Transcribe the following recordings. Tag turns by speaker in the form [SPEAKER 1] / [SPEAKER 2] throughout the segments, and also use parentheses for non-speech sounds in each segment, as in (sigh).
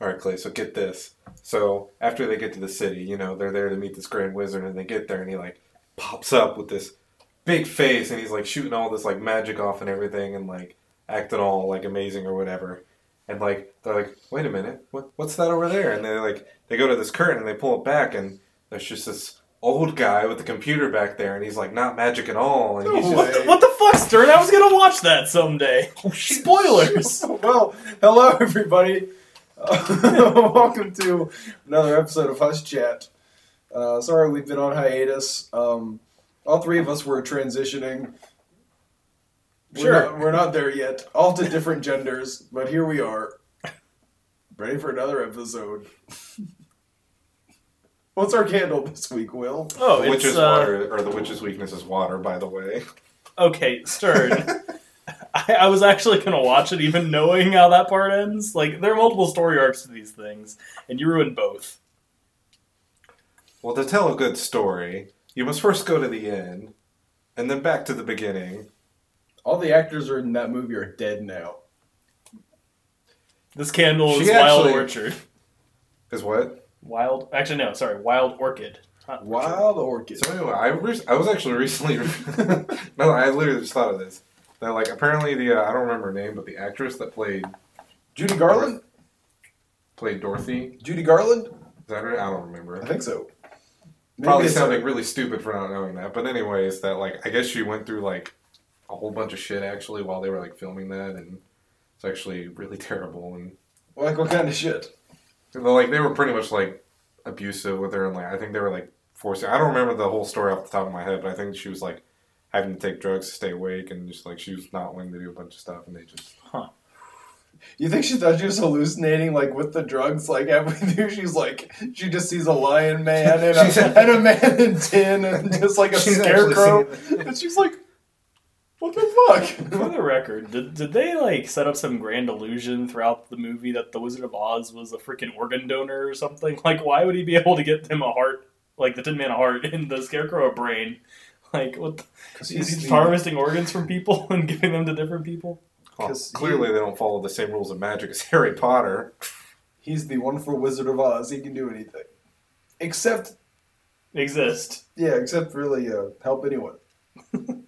[SPEAKER 1] All right, Clay. So get this. So after they get to the city, you know, they're there to meet this grand wizard, and they get there, and he like pops up with this big face, and he's like shooting all this like magic off and everything, and like acting all like amazing or whatever. And like they're like, wait a minute, what, what's that over there? And they like they go to this curtain and they pull it back, and there's just this old guy with the computer back there, and he's like not magic at all, and he's
[SPEAKER 2] No
[SPEAKER 1] just
[SPEAKER 2] way.
[SPEAKER 3] What the, what the fuck, Stern? I was gonna watch that someday.
[SPEAKER 1] oh, shit.
[SPEAKER 3] Spoilers.
[SPEAKER 2] (laughs) well, hello everybody. Uh, (laughs) welcome to another episode of Hush Chat. Uh, sorry we've been on hiatus. Um, all three of us were transitioning.
[SPEAKER 3] Sure.
[SPEAKER 2] We're not, we're not there yet. All to different genders, but here we are. Ready for another episode. What's our candle this week, Will?
[SPEAKER 3] Oh,
[SPEAKER 1] The
[SPEAKER 3] it's
[SPEAKER 1] witch's
[SPEAKER 3] uh,
[SPEAKER 1] water, or the witch's weakness is water, by the way.
[SPEAKER 3] okay,
[SPEAKER 1] (laughs)
[SPEAKER 3] Stern. I, I was actually gonna watch it, even knowing how that part ends. Like, there are multiple story arcs to these things, and you ruined both.
[SPEAKER 1] Well, to tell a good story, you must first go to the end, and then back to the beginning.
[SPEAKER 2] All the actors are in that movie are dead now.
[SPEAKER 3] This candle
[SPEAKER 1] She
[SPEAKER 3] is Wild
[SPEAKER 1] actually-
[SPEAKER 3] Orchard.
[SPEAKER 1] Is what?
[SPEAKER 3] Wild, actually no, sorry, Wild Orchid. Not Orchard.
[SPEAKER 2] Wild orchid.
[SPEAKER 1] So anyway, I, re- I was actually recently. (laughs) no, I literally just thought of this. That like apparently the uh, I don't remember her name, but the actress that played
[SPEAKER 2] Judy Garland?
[SPEAKER 1] played Dorothy.
[SPEAKER 2] Judy Garland?
[SPEAKER 1] Is that her? I don't remember.
[SPEAKER 2] I think so. Maybe
[SPEAKER 1] Probably
[SPEAKER 2] it's-
[SPEAKER 1] sounding really stupid for not knowing that, but anyways, that like I guess she went through like a whole bunch of shit actually while they were like filming that, and it's actually really (laughs) terrible and
[SPEAKER 2] Like what kind of shit?
[SPEAKER 1] Well, like they were pretty much like abusive with her, and like I think they were like forcing. I don't remember the whole story off the top of my head, but I think she was like having to take drugs to stay awake, and just like she was not willing to do a bunch of stuff, and they just
[SPEAKER 2] You think she thought she was hallucinating, like with the drugs? Like halfway through, (laughs) she's like, she just sees a lion man and
[SPEAKER 1] She's-
[SPEAKER 2] a, and a man in tin and just like a
[SPEAKER 1] She's actually
[SPEAKER 2] scarecrow, (laughs)
[SPEAKER 1] singing
[SPEAKER 2] and she's like, what the fuck?
[SPEAKER 1] (laughs)
[SPEAKER 3] For the record, did, did they like set up some grand illusion throughout the movie that the Wizard of Oz was a freaking organ donor or something? (laughs) Like, why would he be able to get him a heart, like the Tin Man a heart, and the Scarecrow a brain? Like, what? The, is he just harvesting organs from people (laughs) and giving them to different people?
[SPEAKER 1] Well,
[SPEAKER 2] 'Cause he-
[SPEAKER 1] clearly they don't follow the same rules of magic as (laughs) Harry Potter.
[SPEAKER 2] He's the wonderful Wizard of Oz. He can do anything, except
[SPEAKER 3] Exist.
[SPEAKER 2] yeah, except really uh, help anyone. (laughs)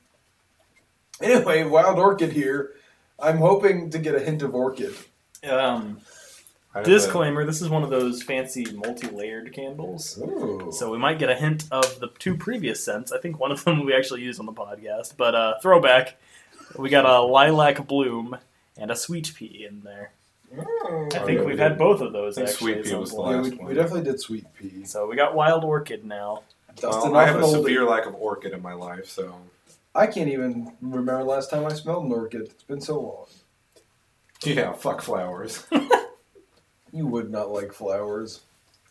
[SPEAKER 2] anyway, Wild Orchid here. I'm hoping to get a hint of orchid.
[SPEAKER 3] Um,
[SPEAKER 1] I don't know.
[SPEAKER 3] disclaimer: This is one of those fancy multi-layered candles.
[SPEAKER 2] Ooh.
[SPEAKER 3] So we might get a hint of the two previous scents. I think one of them we actually used on the podcast, but uh, throwback. We got a lilac bloom and a sweet pea in there. I
[SPEAKER 1] Oh,
[SPEAKER 3] think
[SPEAKER 1] yeah,
[SPEAKER 3] we've
[SPEAKER 1] we
[SPEAKER 3] had
[SPEAKER 1] did.
[SPEAKER 3] both of those.
[SPEAKER 1] I think
[SPEAKER 3] actually,
[SPEAKER 1] sweet
[SPEAKER 3] at
[SPEAKER 1] pea
[SPEAKER 3] some
[SPEAKER 1] was the
[SPEAKER 3] point.
[SPEAKER 2] Yeah, we,
[SPEAKER 1] last one.
[SPEAKER 2] we definitely did sweet peas.
[SPEAKER 3] So we got wild orchid now.
[SPEAKER 2] Dustin
[SPEAKER 1] Well, I
[SPEAKER 2] off
[SPEAKER 1] have
[SPEAKER 2] an
[SPEAKER 1] a
[SPEAKER 2] oldie.
[SPEAKER 1] severe lack of orchid in my life, so
[SPEAKER 2] I can't even remember the last time I smelled an orchid. It's been so long.
[SPEAKER 1] yeah, fuck flowers. (laughs)
[SPEAKER 2] You would not like flowers.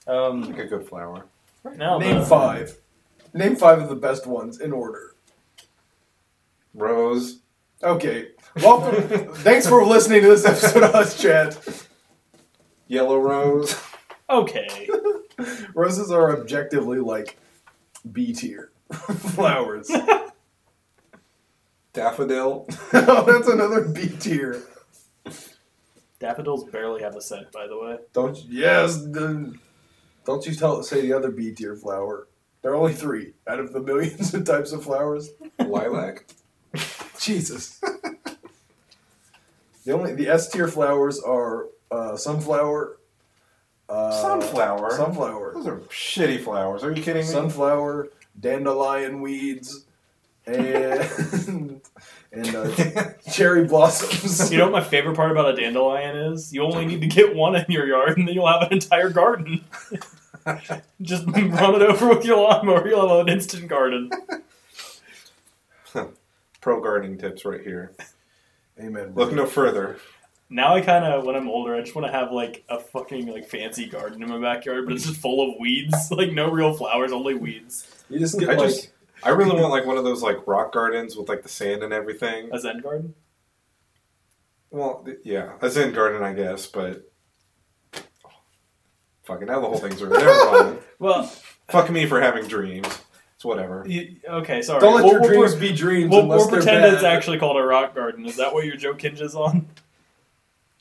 [SPEAKER 3] Um,
[SPEAKER 1] like a good flower. Oh,
[SPEAKER 3] right now,
[SPEAKER 2] Name
[SPEAKER 3] the,
[SPEAKER 2] five. Name five of the best ones in order.
[SPEAKER 1] Rose.
[SPEAKER 2] Okay.
[SPEAKER 1] (laughs)
[SPEAKER 2] Welcome. Thanks for listening to this episode of Us Chat.
[SPEAKER 1] Yellow
[SPEAKER 2] (laughs)
[SPEAKER 1] rose.
[SPEAKER 3] okay, (laughs)
[SPEAKER 2] Roses are objectively like B tier (laughs)
[SPEAKER 1] (laughs)
[SPEAKER 2] flowers.
[SPEAKER 1] Daffodil.
[SPEAKER 2] oh, that's another B tier.
[SPEAKER 3] daffodils barely have a scent, by the way.
[SPEAKER 2] Don't you, yes. the- Don't you tell say the other B tier flower. There are only three out of the millions of types of flowers.
[SPEAKER 1] Lilac.
[SPEAKER 2] Jesus. the only the S tier flowers are uh, sunflower, uh,
[SPEAKER 1] (laughs) Sunflower.
[SPEAKER 2] sunflower,
[SPEAKER 1] Those are shitty flowers. Are you kidding me?
[SPEAKER 2] sunflower, dandelion weeds, and (laughs) and
[SPEAKER 1] (laughs)
[SPEAKER 2] uh, cherry blossoms.
[SPEAKER 3] You know what my favorite part about a dandelion is? You only need to get one in your yard, and then you'll have an entire garden. (laughs) Just run it over with your lawnmower. You'll have an instant garden.
[SPEAKER 1] (laughs) Pro gardening tips right here.
[SPEAKER 2] Amen.
[SPEAKER 1] Look no further.
[SPEAKER 3] Now I kind of, when I'm older, I just want to have like a fucking like fancy garden in my backyard, but it's just full of weeds. (laughs) Like no real flowers, only weeds.
[SPEAKER 2] You just get
[SPEAKER 1] I
[SPEAKER 2] like
[SPEAKER 1] just, I really want like one of those like rock gardens with like the sand and everything.
[SPEAKER 3] A Zen garden.
[SPEAKER 1] Well, th- yeah, a Zen garden, I guess, but fucking now the whole thing's ruined. Never mind.
[SPEAKER 3] Well,
[SPEAKER 1] Fuck me for having dreams. It's whatever.
[SPEAKER 3] you, okay, sorry.
[SPEAKER 2] don't let
[SPEAKER 3] We'll-
[SPEAKER 2] your
[SPEAKER 3] we'll-
[SPEAKER 2] dreams be dreams.
[SPEAKER 3] We'll,
[SPEAKER 2] unless
[SPEAKER 3] we'll
[SPEAKER 2] they're
[SPEAKER 3] pretend
[SPEAKER 2] bad.
[SPEAKER 3] it's actually called a rock garden. Is that what your joke hinges on?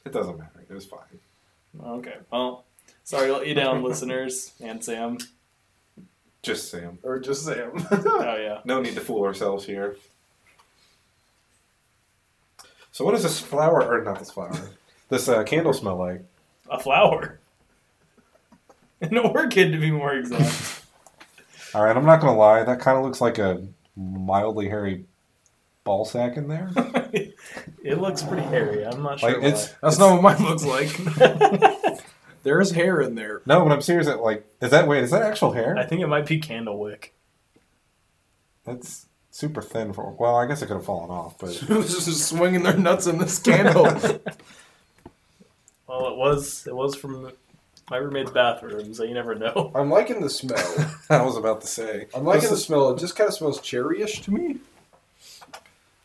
[SPEAKER 1] It doesn't matter. It was fine.
[SPEAKER 3] Okay. Well, sorry to let you
[SPEAKER 2] (laughs)
[SPEAKER 3] down, listeners and Sam.
[SPEAKER 1] Just Sam.
[SPEAKER 2] Or just (laughs) Sam.
[SPEAKER 3] Oh yeah.
[SPEAKER 1] No need to fool ourselves here. So, what does this flower, or not this flower, this uh, candle smell like?
[SPEAKER 3] A flower. An orchid, to be more exact.
[SPEAKER 1] All right, I'm not gonna lie. That kind of looks like a mildly hairy ball sack in
[SPEAKER 2] (laughs)
[SPEAKER 1] there.
[SPEAKER 3] it looks pretty hairy. I'm not sure.
[SPEAKER 1] Like it's
[SPEAKER 2] That's
[SPEAKER 1] it's-
[SPEAKER 2] not what mine looks like. (laughs)
[SPEAKER 3] why.
[SPEAKER 2] There is hair in there.
[SPEAKER 1] no, but I'm serious. It like is that wait is that actual
[SPEAKER 3] I
[SPEAKER 1] hair?
[SPEAKER 3] think it might be candle wick.
[SPEAKER 1] That's super thin for. Well, I guess it could have fallen off, but
[SPEAKER 2] (laughs) Who's just swinging their nuts in this candle?
[SPEAKER 3] Well, it was. It was from my roommate's bathroom, so you never know.
[SPEAKER 1] (laughs)
[SPEAKER 2] (laughs) I'm liking the smell.
[SPEAKER 1] I was about to say.
[SPEAKER 2] I'm liking
[SPEAKER 1] This
[SPEAKER 2] the
[SPEAKER 1] is-
[SPEAKER 2] smell. It just kind of smells cherryish to me.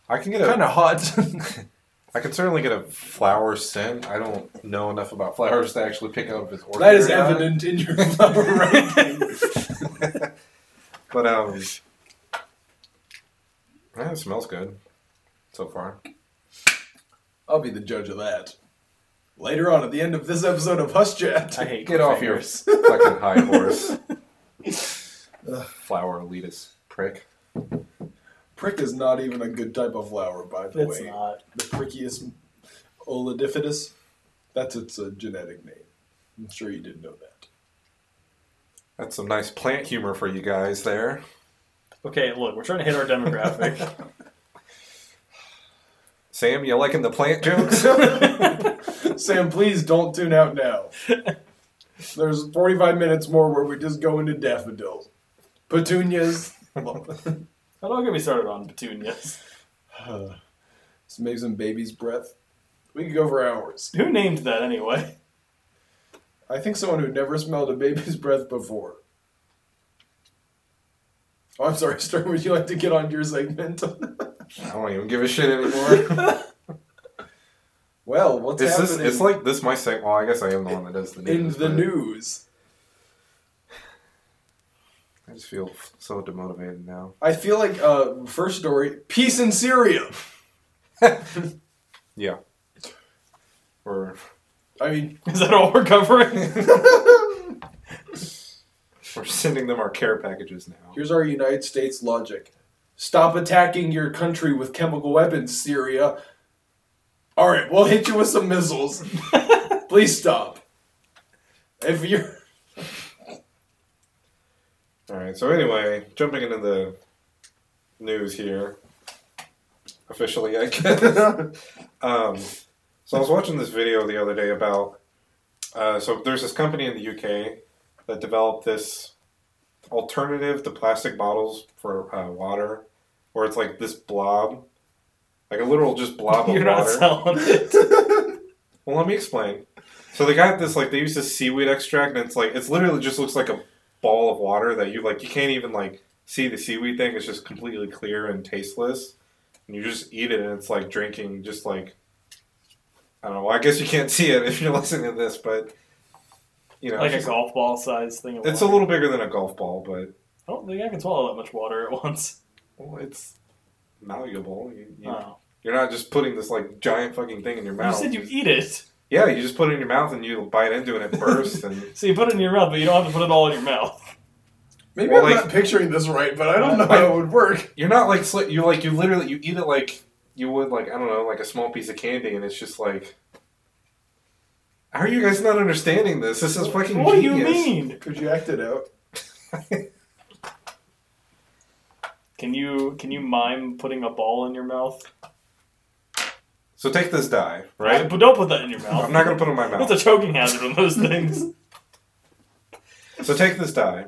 [SPEAKER 1] I can get a.
[SPEAKER 2] Kind of (laughs) hot.
[SPEAKER 1] I can certainly get a flower scent. I don't know enough about flowers to actually pick up his order.
[SPEAKER 2] that is evident in your (laughs) flower ranking.
[SPEAKER 1] But um, yeah, it smells good so far.
[SPEAKER 2] I'll be the judge of that. Later on, at the end of this episode of Hush Chat.
[SPEAKER 3] I hate
[SPEAKER 1] Get off your (laughs)
[SPEAKER 3] cliffhangers.
[SPEAKER 1] fucking high horse, flower elitist prick.
[SPEAKER 2] Prick is not even a good type of flower, by the
[SPEAKER 1] (laughs)
[SPEAKER 3] It's
[SPEAKER 2] way.
[SPEAKER 3] not.
[SPEAKER 2] The prickiest Olidipidus, that's its uh, genetic name. I'm sure you didn't know that.
[SPEAKER 1] That's some nice plant humor for you guys there.
[SPEAKER 3] Okay, look, we're trying to hit
[SPEAKER 1] (laughs)
[SPEAKER 3] our demographic.
[SPEAKER 1] Sam, you liking the plant
[SPEAKER 2] (laughs)
[SPEAKER 1] jokes? (laughs)
[SPEAKER 2] Sam, please don't tune out now. There's 45 minutes more where we just go into daffodils, petunias.
[SPEAKER 3] Oh, Don't get me started on petunias.
[SPEAKER 2] this makes them baby's breath. We could go for hours.
[SPEAKER 3] Who named that anyway?
[SPEAKER 2] I think someone who'd never smelled a baby's breath before. Oh, I'm sorry, (laughs) Stern. Would you like to get on your segment? (laughs)
[SPEAKER 1] I don't even give a shit anymore.
[SPEAKER 2] well, what's
[SPEAKER 1] Is this?
[SPEAKER 2] happening
[SPEAKER 1] It's like this. My seg. Well, I guess I am the one that does the
[SPEAKER 2] in
[SPEAKER 1] news.
[SPEAKER 2] the
[SPEAKER 1] but
[SPEAKER 2] news?
[SPEAKER 1] I just feel f- so demotivated now.
[SPEAKER 2] I feel like uh, first story: peace in Syria.
[SPEAKER 1] Yeah. We're
[SPEAKER 2] I mean,
[SPEAKER 3] Is that all we're covering?
[SPEAKER 1] we're sending them our care packages now.
[SPEAKER 2] here's our United States logic: stop attacking your country with chemical weapons, Syria. All right, we'll hit you with some missiles. Please stop. If you're
[SPEAKER 1] All right. So anyway, jumping into the news here, officially, I
[SPEAKER 3] (laughs)
[SPEAKER 1] guess. um, so I was watching this video the other day about. Uh, so there's this company in the UK that developed this alternative to plastic bottles for uh, water, where it's like this blob, like a literal just blob of
[SPEAKER 3] (laughs) You're
[SPEAKER 1] water. (laughs)
[SPEAKER 3] not selling it.
[SPEAKER 1] Well, let me explain. So they got this like they use this seaweed extract, and it's like it's literally just looks like a ball of water that you like you can't even like see the seaweed thing. It's just completely clear and tasteless, and you just eat it, and it's like drinking just like I don't know. I guess you can't see it if you're (laughs) listening to this, but you know,
[SPEAKER 3] Like a
[SPEAKER 1] it's, just-
[SPEAKER 3] golf ball size thing. of
[SPEAKER 1] it's a
[SPEAKER 3] water.
[SPEAKER 1] little bigger than a golf ball, but
[SPEAKER 3] I don't think I can swallow that much water at (laughs) once.
[SPEAKER 1] well, it's malleable. You, you,
[SPEAKER 3] Oh.
[SPEAKER 1] You're not just putting this like giant fucking thing in your
[SPEAKER 3] You
[SPEAKER 1] mouth.
[SPEAKER 3] said you eat it.
[SPEAKER 1] yeah, you just put it in your mouth and you bite into it and it bursts and.
[SPEAKER 3] So you put it in your mouth, but you don't have to put it all in your mouth.
[SPEAKER 1] (laughs)
[SPEAKER 2] maybe
[SPEAKER 1] Well,
[SPEAKER 2] I'm
[SPEAKER 1] like-
[SPEAKER 2] not picturing this right, but I don't know
[SPEAKER 1] Like-
[SPEAKER 2] how it would work.
[SPEAKER 1] You're not like sli- you like you literally you eat it like you would like I don't know like a small piece of candy and it's just like how are you guys not understanding this? This is fucking
[SPEAKER 3] What do you
[SPEAKER 1] genius.
[SPEAKER 3] mean?
[SPEAKER 2] Could you act it out?
[SPEAKER 3] Can you can you mime putting a ball in your mouth?
[SPEAKER 1] (laughs) So take this die, right?
[SPEAKER 3] But don't put that in your mouth.
[SPEAKER 1] I'm not gonna put it in my
[SPEAKER 3] That's a
[SPEAKER 1] mouth.
[SPEAKER 3] choking hazard on those things.
[SPEAKER 1] So take this die.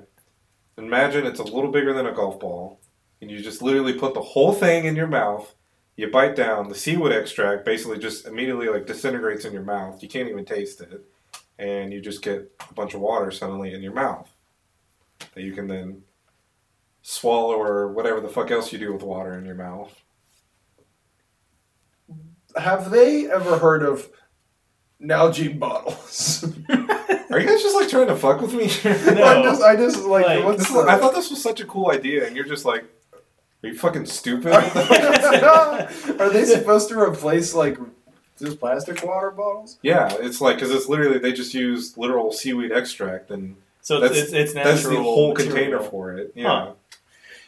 [SPEAKER 1] Imagine it's a little bigger than a golf ball, and you just literally put the whole thing in your mouth. You bite down. The seaweed extract basically just immediately like disintegrates in your mouth. You can't even taste it, and you just get a bunch of water suddenly in your mouth that you can then swallow or whatever the fuck else you do with water in your mouth.
[SPEAKER 2] Have they ever heard of Nalgene bottles? (laughs)
[SPEAKER 1] Are you guys just like trying to fuck with me?
[SPEAKER 3] No.
[SPEAKER 2] I just, I just like,
[SPEAKER 3] Like-
[SPEAKER 2] what's
[SPEAKER 1] (laughs) This is-
[SPEAKER 2] the...
[SPEAKER 1] I thought this was such a cool idea, and you're just like,
[SPEAKER 2] (laughs)
[SPEAKER 1] are you fucking stupid? (laughs)
[SPEAKER 2] Are they supposed to replace like Those plastic water bottles?
[SPEAKER 1] Yeah, it's like because it's literally they just use literal seaweed extract and
[SPEAKER 3] So it's,
[SPEAKER 1] That's-
[SPEAKER 3] it's, it's natural.
[SPEAKER 1] that's the whole
[SPEAKER 3] material.
[SPEAKER 1] container for it. Yeah,
[SPEAKER 3] Huh.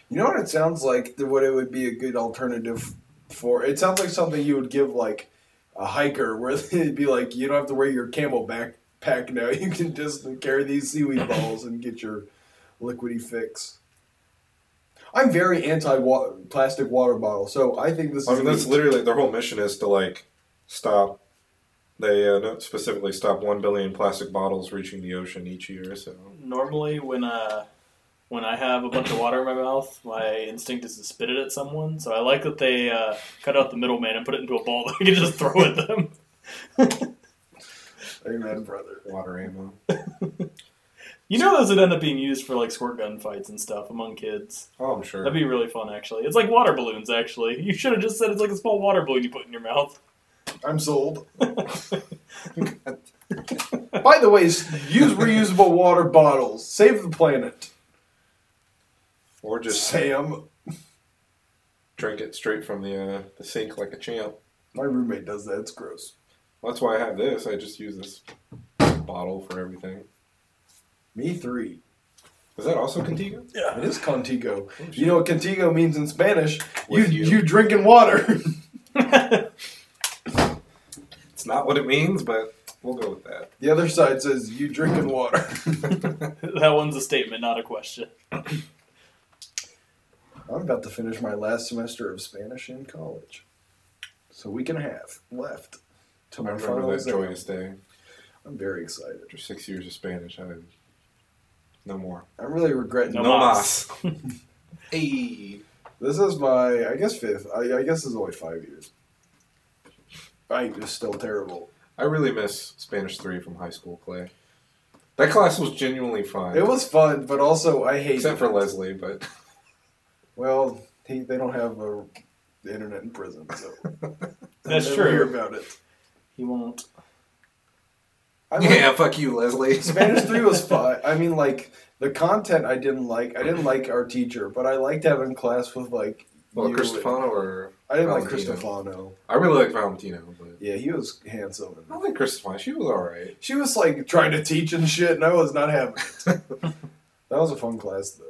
[SPEAKER 2] You know what it sounds like? th- What it would be a good alternative for? It sounds like something you would give like a hiker, (laughs) where it'd be like you don't have to wear your camel backpack now. You can just carry these seaweed balls and get your liquidy fix. I'm very anti plastic water bottle, so I think this
[SPEAKER 1] I
[SPEAKER 2] is
[SPEAKER 1] mean that's
[SPEAKER 2] neat.
[SPEAKER 1] literally their whole mission is to like stop. They uh, no- specifically stop one billion plastic bottles reaching the ocean each year. So
[SPEAKER 3] Normally, when uh, when I have a bunch of water in my mouth, my instinct is to spit it at someone. So I like that they uh, cut out the middleman and put it into a ball (laughs) that I can just throw at them.
[SPEAKER 2] Amen, brother.
[SPEAKER 1] water ammo.
[SPEAKER 3] You know, those would end up being used for like squirt gun fights and stuff among kids.
[SPEAKER 1] Oh, I'm sure.
[SPEAKER 3] That'd be really fun, actually. It's like water balloons, actually. You should have just said it's like a small water balloon you put in your mouth. (laughs)
[SPEAKER 2] I'm sold. By the way, s- use reusable water bottles. Save the planet,
[SPEAKER 1] or just
[SPEAKER 2] Sam.
[SPEAKER 1] drink it straight from the uh, the sink like a champ.
[SPEAKER 2] My roommate does that. It's gross.
[SPEAKER 1] That's why I have this. I just use this bottle for everything.
[SPEAKER 2] Me three.
[SPEAKER 1] Is that also Contigo?
[SPEAKER 2] It is contigo. You know what contigo means in Spanish? You,
[SPEAKER 1] With
[SPEAKER 2] you
[SPEAKER 1] you.
[SPEAKER 2] drinking water. (laughs)
[SPEAKER 1] It's not what it means, but we'll go with that. (laughs)
[SPEAKER 2] the other side says you drinking water. (laughs)
[SPEAKER 3] that one's a statement, not a question.
[SPEAKER 2] I'm about to finish my last semester of Spanish in college, so we can have left to
[SPEAKER 1] I
[SPEAKER 2] my final
[SPEAKER 1] remember that
[SPEAKER 2] exam.
[SPEAKER 1] joyous day
[SPEAKER 2] I'm very excited.
[SPEAKER 1] after six years of Spanish. I no more.
[SPEAKER 2] I'm really regretting.
[SPEAKER 3] No
[SPEAKER 1] No
[SPEAKER 3] mas.
[SPEAKER 1] mas.
[SPEAKER 3] (laughs)
[SPEAKER 1] hey,
[SPEAKER 2] This is my, I guess fifth. I, I guess it's only five years. I is still terrible.
[SPEAKER 1] I really miss Spanish three from high school, Clay. That class was genuinely fun.
[SPEAKER 2] It was fun, but also I hate.
[SPEAKER 1] except
[SPEAKER 2] it.
[SPEAKER 1] for Leslie, but
[SPEAKER 2] Well, he, they don't have a, the internet in prison, so
[SPEAKER 3] (laughs) That's
[SPEAKER 2] I'll never
[SPEAKER 3] true.
[SPEAKER 2] Hear about it.
[SPEAKER 3] He won't.
[SPEAKER 2] I like-
[SPEAKER 1] yeah, fuck you, Leslie.
[SPEAKER 2] Spanish three was fun. I mean, like the content I didn't like. I didn't like our teacher, but I liked having class with like.
[SPEAKER 1] well,
[SPEAKER 2] you
[SPEAKER 1] Cristofano or
[SPEAKER 2] I didn't like
[SPEAKER 1] Valentino.
[SPEAKER 2] Cristofano.
[SPEAKER 1] I really like Valentino, but
[SPEAKER 2] Yeah, he was handsome.
[SPEAKER 1] I like Cristofano. She was all right. (laughs)
[SPEAKER 2] She was like trying to teach and shit, and I was not having it. that was a fun class though.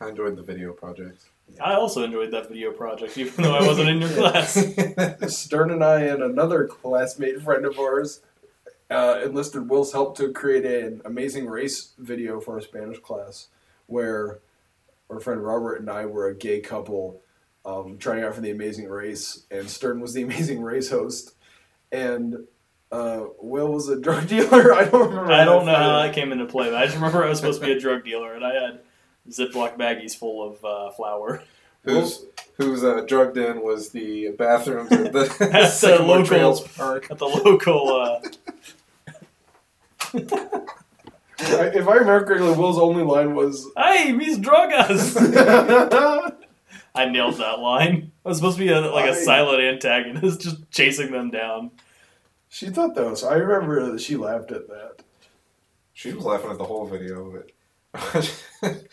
[SPEAKER 1] I enjoyed the video
[SPEAKER 3] (laughs)
[SPEAKER 1] projects.
[SPEAKER 3] I also enjoyed that video project, even though I
[SPEAKER 1] (laughs)
[SPEAKER 3] wasn't in your class.
[SPEAKER 2] Stern and I and another classmate friend of ours uh, enlisted Will's help to create an amazing race video for our Spanish class, where our friend Robert and I were a gay couple um, trying out for the Amazing Race, and Stern was the (laughs) Amazing Race host, and uh, Will was a drug (laughs) dealer. I don't remember.
[SPEAKER 3] I don't
[SPEAKER 2] that
[SPEAKER 3] know how
[SPEAKER 2] photo.
[SPEAKER 3] that came into play, but I just remember I was supposed to be a drug dealer, and I had Ziploc baggies full of uh, flour. (laughs)
[SPEAKER 1] Who's who's uh, drugged in was the bathrooms at
[SPEAKER 3] (laughs)
[SPEAKER 1] the (laughs)
[SPEAKER 3] That's a
[SPEAKER 1] Sycamore
[SPEAKER 3] local-
[SPEAKER 1] Trails Park.
[SPEAKER 3] At the local, uh,
[SPEAKER 2] I, if I remember correctly, Will's only line was. (laughs)
[SPEAKER 3] hey, these druggers!
[SPEAKER 2] I
[SPEAKER 3] I nailed that line. I was supposed to be a, like a
[SPEAKER 2] I-
[SPEAKER 3] silent antagonist, just chasing them down.
[SPEAKER 2] She thought that was. I remember that she laughed
[SPEAKER 3] (laughs)
[SPEAKER 2] at that.
[SPEAKER 1] She was laughing at the whole video, but (laughs)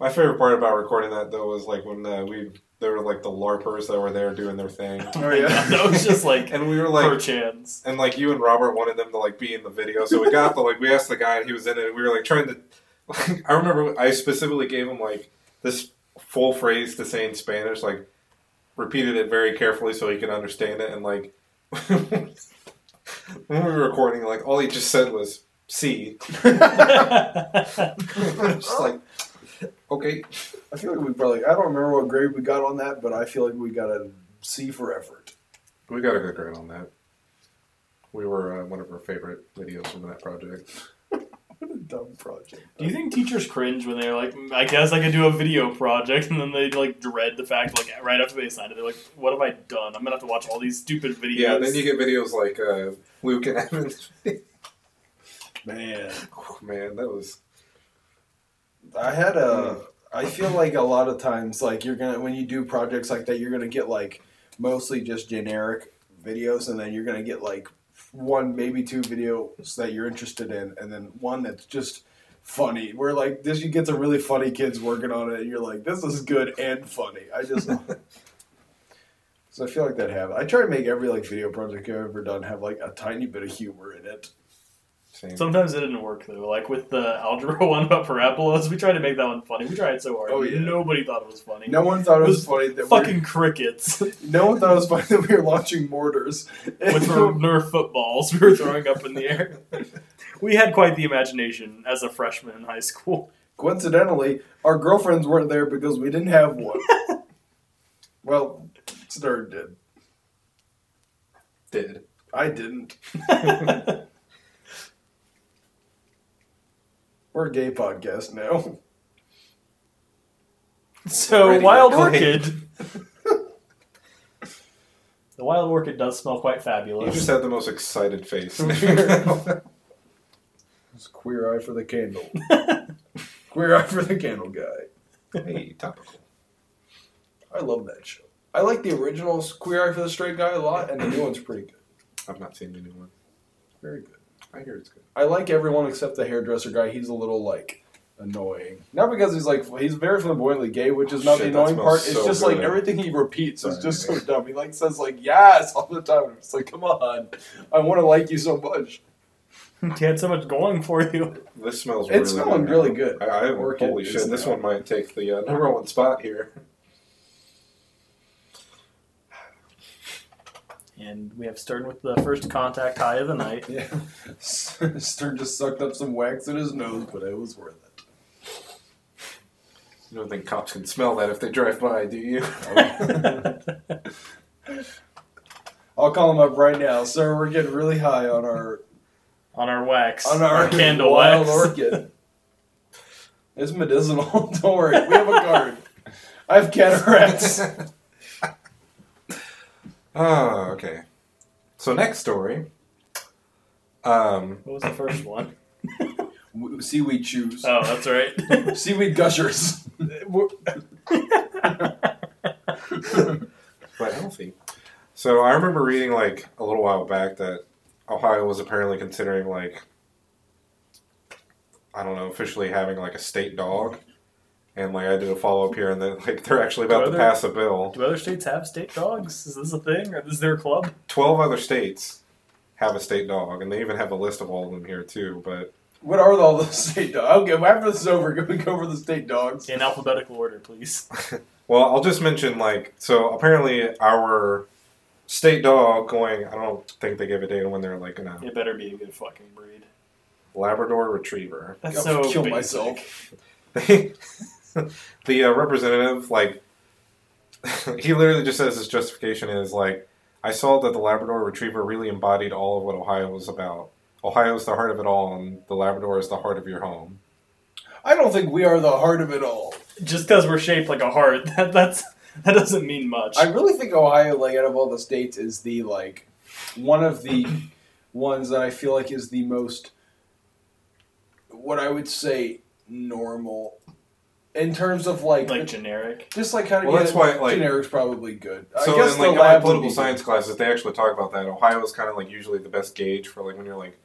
[SPEAKER 1] my favorite part about recording that though was like when uh, we there were like the larpers that were there doing their thing,
[SPEAKER 2] Oh, yeah.
[SPEAKER 3] that was just like,
[SPEAKER 1] and we were
[SPEAKER 3] per
[SPEAKER 1] (laughs) like.
[SPEAKER 3] chance.
[SPEAKER 1] And like you and Robert wanted them to like be in the video, so we got the like we asked the guy and he was in it. And we were like trying to. (laughs) Like, I remember I specifically gave him like this full phrase to say in Spanish, like repeated it very carefully so he could understand it. And like (laughs) when we were recording, like all he just said was "see."
[SPEAKER 2] (laughs)
[SPEAKER 1] (laughs)
[SPEAKER 2] Oh.
[SPEAKER 1] just like okay,
[SPEAKER 2] I feel like we probably I don't remember what grade we got on that, but I feel like we got a C for effort. (laughs)
[SPEAKER 1] we got a good grade on that. We were uh, one of our favorite videos from that project.
[SPEAKER 2] What a dumb project.
[SPEAKER 3] (laughs) Do you think teachers cringe when they're like, "Mm, I guess I could do a video project, and then they like dread the fact, like right after they sign it, they're like, what have I done? I'm gonna have to watch all these stupid videos.
[SPEAKER 1] Yeah, then you get videos like uh, Luke and Evan's
[SPEAKER 2] Man.
[SPEAKER 1] (laughs) Oh, man, that was
[SPEAKER 2] I had a I feel like a lot of times like you're gonna when you do projects like that, you're gonna get like mostly just generic videos and then you're gonna get like one, maybe two videos that you're interested in, and then one that's just funny. Where like this you get some really
[SPEAKER 3] (laughs)
[SPEAKER 2] funny kids working on it and you're like, this is good and funny. I just So I feel like that happened. I try to make every like video project I've ever done have like a tiny bit of humor in it.
[SPEAKER 1] (laughs) Same.
[SPEAKER 3] Sometimes it didn't work though. Like with the algebra (laughs) one about parabolas, we tried to make that one funny. We tried so hard.
[SPEAKER 2] Oh, yeah.
[SPEAKER 3] Nobody thought it was funny.
[SPEAKER 2] No one thought it was
[SPEAKER 3] Those
[SPEAKER 2] funny that
[SPEAKER 3] Fucking crickets, (laughs)
[SPEAKER 2] we no one thought it was funny that we were launching mortars.
[SPEAKER 3] which
[SPEAKER 2] (laughs)
[SPEAKER 3] were Nerf footballs we were throwing up in the air. We had quite the imagination as a freshman in high school. (laughs)
[SPEAKER 2] Coincidentally, our girlfriends weren't there because we didn't have (laughs) one. well, Stern did.
[SPEAKER 1] Did.
[SPEAKER 2] I didn't.
[SPEAKER 3] That's
[SPEAKER 2] We're a gay podcast now. (laughs)
[SPEAKER 3] So
[SPEAKER 1] Already
[SPEAKER 3] wild
[SPEAKER 1] got
[SPEAKER 3] orchid. (laughs) the wild orchid does smell quite
[SPEAKER 1] You
[SPEAKER 3] fabulous.
[SPEAKER 1] just had the most excited
[SPEAKER 2] (laughs)
[SPEAKER 1] face. (laughs)
[SPEAKER 2] It's queer eye for the (laughs) candle. queer eye for the candle guy.
[SPEAKER 1] hey, topical.
[SPEAKER 2] I love that show. I like the original Queer Eye for the Straight Guy a lot, and the new one's pretty good.
[SPEAKER 1] I've not seen the new one.
[SPEAKER 2] Very good.
[SPEAKER 1] I hear it's good.
[SPEAKER 2] I like everyone except the hairdresser guy. He's a little like annoying. Not because he's like he's very flamboyantly gay, which is
[SPEAKER 1] Oh,
[SPEAKER 2] not
[SPEAKER 1] shit,
[SPEAKER 2] the
[SPEAKER 1] that
[SPEAKER 2] annoying part.
[SPEAKER 1] smells
[SPEAKER 2] It's
[SPEAKER 1] so
[SPEAKER 2] just like
[SPEAKER 1] good.
[SPEAKER 2] everything he repeats is
[SPEAKER 1] Sorry.
[SPEAKER 2] just so dumb. He like says like yes all the time. It's like come on, I want to like you so much.
[SPEAKER 3] you (laughs) had so much going for you.
[SPEAKER 1] This smells really
[SPEAKER 2] It's smelling
[SPEAKER 1] good.
[SPEAKER 2] really good.
[SPEAKER 1] I, I
[SPEAKER 2] Orchid
[SPEAKER 1] holy
[SPEAKER 2] is
[SPEAKER 1] shit, this
[SPEAKER 2] now.
[SPEAKER 1] one might take the uh, number one spot here. (laughs)
[SPEAKER 3] And we have started with the first contact high of the night.
[SPEAKER 2] (laughs) Yeah, Stern just sucked up some wax in his nose, but it (laughs) was worth it.
[SPEAKER 1] You don't think cops can smell that if they drive by, do you?
[SPEAKER 2] Oh. I'll call him up right now, sir. We're getting really high on our
[SPEAKER 3] (laughs) on our wax,
[SPEAKER 2] on our,
[SPEAKER 3] candle
[SPEAKER 2] wild
[SPEAKER 3] wax.
[SPEAKER 2] orchid. It's medicinal. (laughs) Don't worry, we have a guard. I have (laughs) cataracts.
[SPEAKER 1] Ah, okay. So next story. Um,
[SPEAKER 3] What was the first one?
[SPEAKER 2] W- Seaweed chews.
[SPEAKER 3] Oh, that's right. (laughs)
[SPEAKER 2] Seaweed gushers. (laughs)
[SPEAKER 1] but healthy. So I remember reading like a little while back that Ohio was apparently considering like I don't know, officially having like a state dog. And like I did a follow up here and then like they're actually about
[SPEAKER 3] Are
[SPEAKER 1] to
[SPEAKER 3] there-
[SPEAKER 1] pass a bill.
[SPEAKER 3] Do other states have state dogs? Is this a thing? Or is there a club?
[SPEAKER 1] 12 other states have a state dog, and they even have a list of all of them here, too. But
[SPEAKER 2] What are all those state dogs? Okay, well, after this is over, (laughs) can we go over the state dogs?
[SPEAKER 3] In alphabetical order, please.
[SPEAKER 1] (laughs) Well, I'll just mention like so. Apparently, our state dog going. I don't think they give a date on when they're like in a
[SPEAKER 3] It better be a good fucking breed.
[SPEAKER 1] Labrador Retriever. (laughs)
[SPEAKER 3] That's
[SPEAKER 2] I'll
[SPEAKER 3] so
[SPEAKER 2] kill
[SPEAKER 3] basic.
[SPEAKER 2] myself.
[SPEAKER 1] the uh, representative, like, (laughs) he literally just says his justification is like, I saw that the Labrador Retriever really embodied all of what Ohio was about. Ohio is the heart of it all, and the Labrador is the heart of your home.
[SPEAKER 2] I don't think we are the heart of it all.
[SPEAKER 3] Just because we're shaped like a heart, (laughs) that that's that doesn't mean much.
[SPEAKER 2] I really think Ohio, like out of all the states, is the like one of the ones that I feel like is the most what I would say normal in terms of like,
[SPEAKER 3] like generic.
[SPEAKER 2] just like kind of
[SPEAKER 1] Well, that's why, like-
[SPEAKER 2] generic's probably good. I
[SPEAKER 1] So
[SPEAKER 2] guess
[SPEAKER 1] in like
[SPEAKER 2] the
[SPEAKER 1] in my
[SPEAKER 2] lab would
[SPEAKER 1] political
[SPEAKER 2] be good.
[SPEAKER 1] science classes, they actually talk about that. Ohio is kind of like usually the best gauge for like when you're like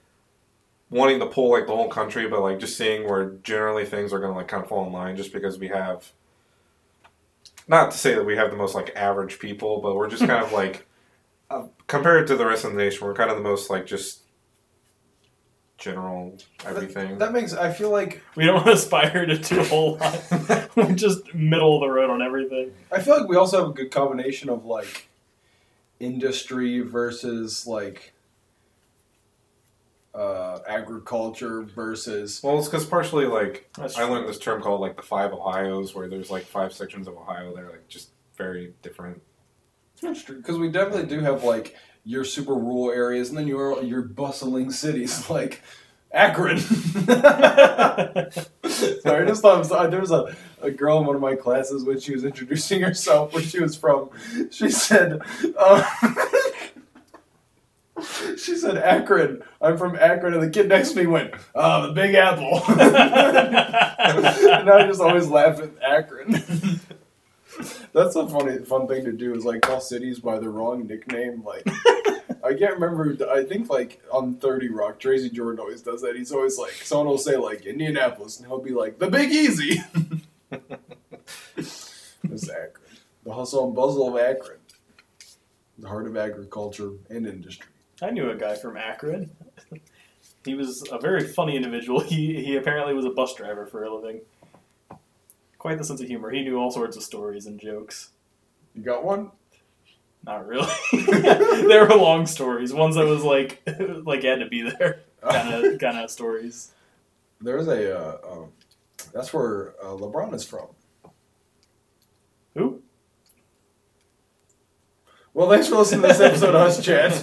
[SPEAKER 1] wanting to pull like the whole country, but like just seeing where generally things are going to like kind of fall in line, just because we have. Not to say that we have the most like average people, but we're just
[SPEAKER 2] (laughs)
[SPEAKER 1] kind of like uh, compared to the rest of the nation, we're kind of the most like just general everything.
[SPEAKER 2] That makes I feel like
[SPEAKER 3] We don't (laughs) aspire to do a whole lot. we're just middle of the road on everything.
[SPEAKER 2] I feel like we also have a good combination of like industry versus like uh, agriculture versus
[SPEAKER 1] well, it's because partially like
[SPEAKER 3] That's
[SPEAKER 1] I
[SPEAKER 3] true.
[SPEAKER 1] learned this term called like the five Ohios, where there's like five sections of Ohio that are like just very different.
[SPEAKER 2] because we definitely do have like your super rural areas and then your your bustling cities (laughs) like Akron. (laughs) Sorry, I just thought I was, there was a, a girl in one of my classes when she was introducing herself where she was from. She said, uh, (laughs) she said Akron. I'm from Akron, and the kid next to me went, "Ah, the Big Apple." (laughs) and I just always laugh at Akron. That's a funny, fun thing to do is like call cities by the wrong nickname. Like, I can't remember. who d- I think like on Thirty Rock, Tracy Jordan always does that. He's always like, someone will say like Indianapolis, and he'll be like the Big Easy. it's Akron, the hustle and bustle of Akron. the heart of agriculture and industry.
[SPEAKER 3] (laughs) I knew a guy from Akron. he was a very funny individual. He he apparently was a bus driver for a living. Quite the sense of humor. He knew all sorts of stories and jokes.
[SPEAKER 2] You got one?
[SPEAKER 3] Not really. (laughs) they were long stories. Ones that was like (laughs) like had to be there kind of kind of stories.
[SPEAKER 2] (laughs) There's a. Uh, um, that's where uh, LeBron is from.
[SPEAKER 3] Who?
[SPEAKER 2] Well, thanks for listening to this episode of Us Chat.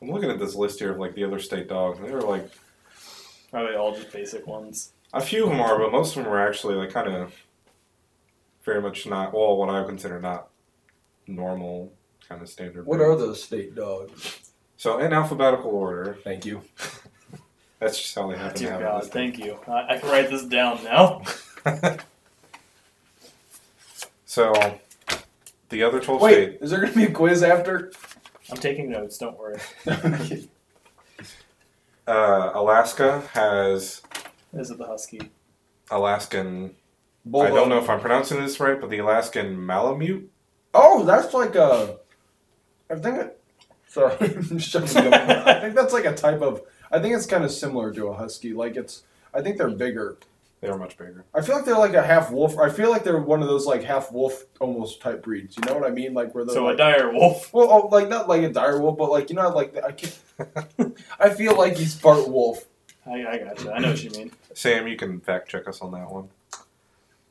[SPEAKER 1] I'm looking at this list here of like the other state dogs, and they were like
[SPEAKER 3] Are they all just basic ones?
[SPEAKER 1] a few of them are, but most of them are actually like kind of very much not well what I would consider not normal kind of standard.
[SPEAKER 2] what
[SPEAKER 1] breeds.
[SPEAKER 2] are those state dogs?
[SPEAKER 1] So in alphabetical order, (laughs)
[SPEAKER 2] Thank you.
[SPEAKER 1] that's just how they happen to
[SPEAKER 3] Dear
[SPEAKER 1] have
[SPEAKER 3] God,
[SPEAKER 1] it.
[SPEAKER 3] thank you. I, I can write this down now.
[SPEAKER 1] (laughs) So the other 12 states.
[SPEAKER 2] Wait, is there going to be a
[SPEAKER 1] (laughs)
[SPEAKER 2] quiz after?
[SPEAKER 3] I'm taking notes. Don't worry.
[SPEAKER 1] Uh, Alaska has
[SPEAKER 3] Is it the husky?
[SPEAKER 1] Alaskan. I
[SPEAKER 2] Bulldog.
[SPEAKER 1] don't know if I'm pronouncing this right, but the Alaskan Malamute.
[SPEAKER 2] Oh, that's like a. I think. It, sorry, (laughs) I'm shutting up. I think that's like a type of. I think it's kind of similar to a husky. Like it's. I think they're bigger.
[SPEAKER 1] They are much bigger.
[SPEAKER 2] I feel like they're like a half wolf. I feel like they're one of those like half wolf almost type breeds. You know what I mean? Like where they're
[SPEAKER 3] So
[SPEAKER 2] like,
[SPEAKER 3] a dire wolf.
[SPEAKER 2] well, oh, like not like a dire wolf, but like you know, like I can (laughs) I feel like he's part wolf.
[SPEAKER 3] I, I gotcha. I know what you
[SPEAKER 2] (laughs)
[SPEAKER 3] mean.
[SPEAKER 1] Sam, you can fact check us on that one.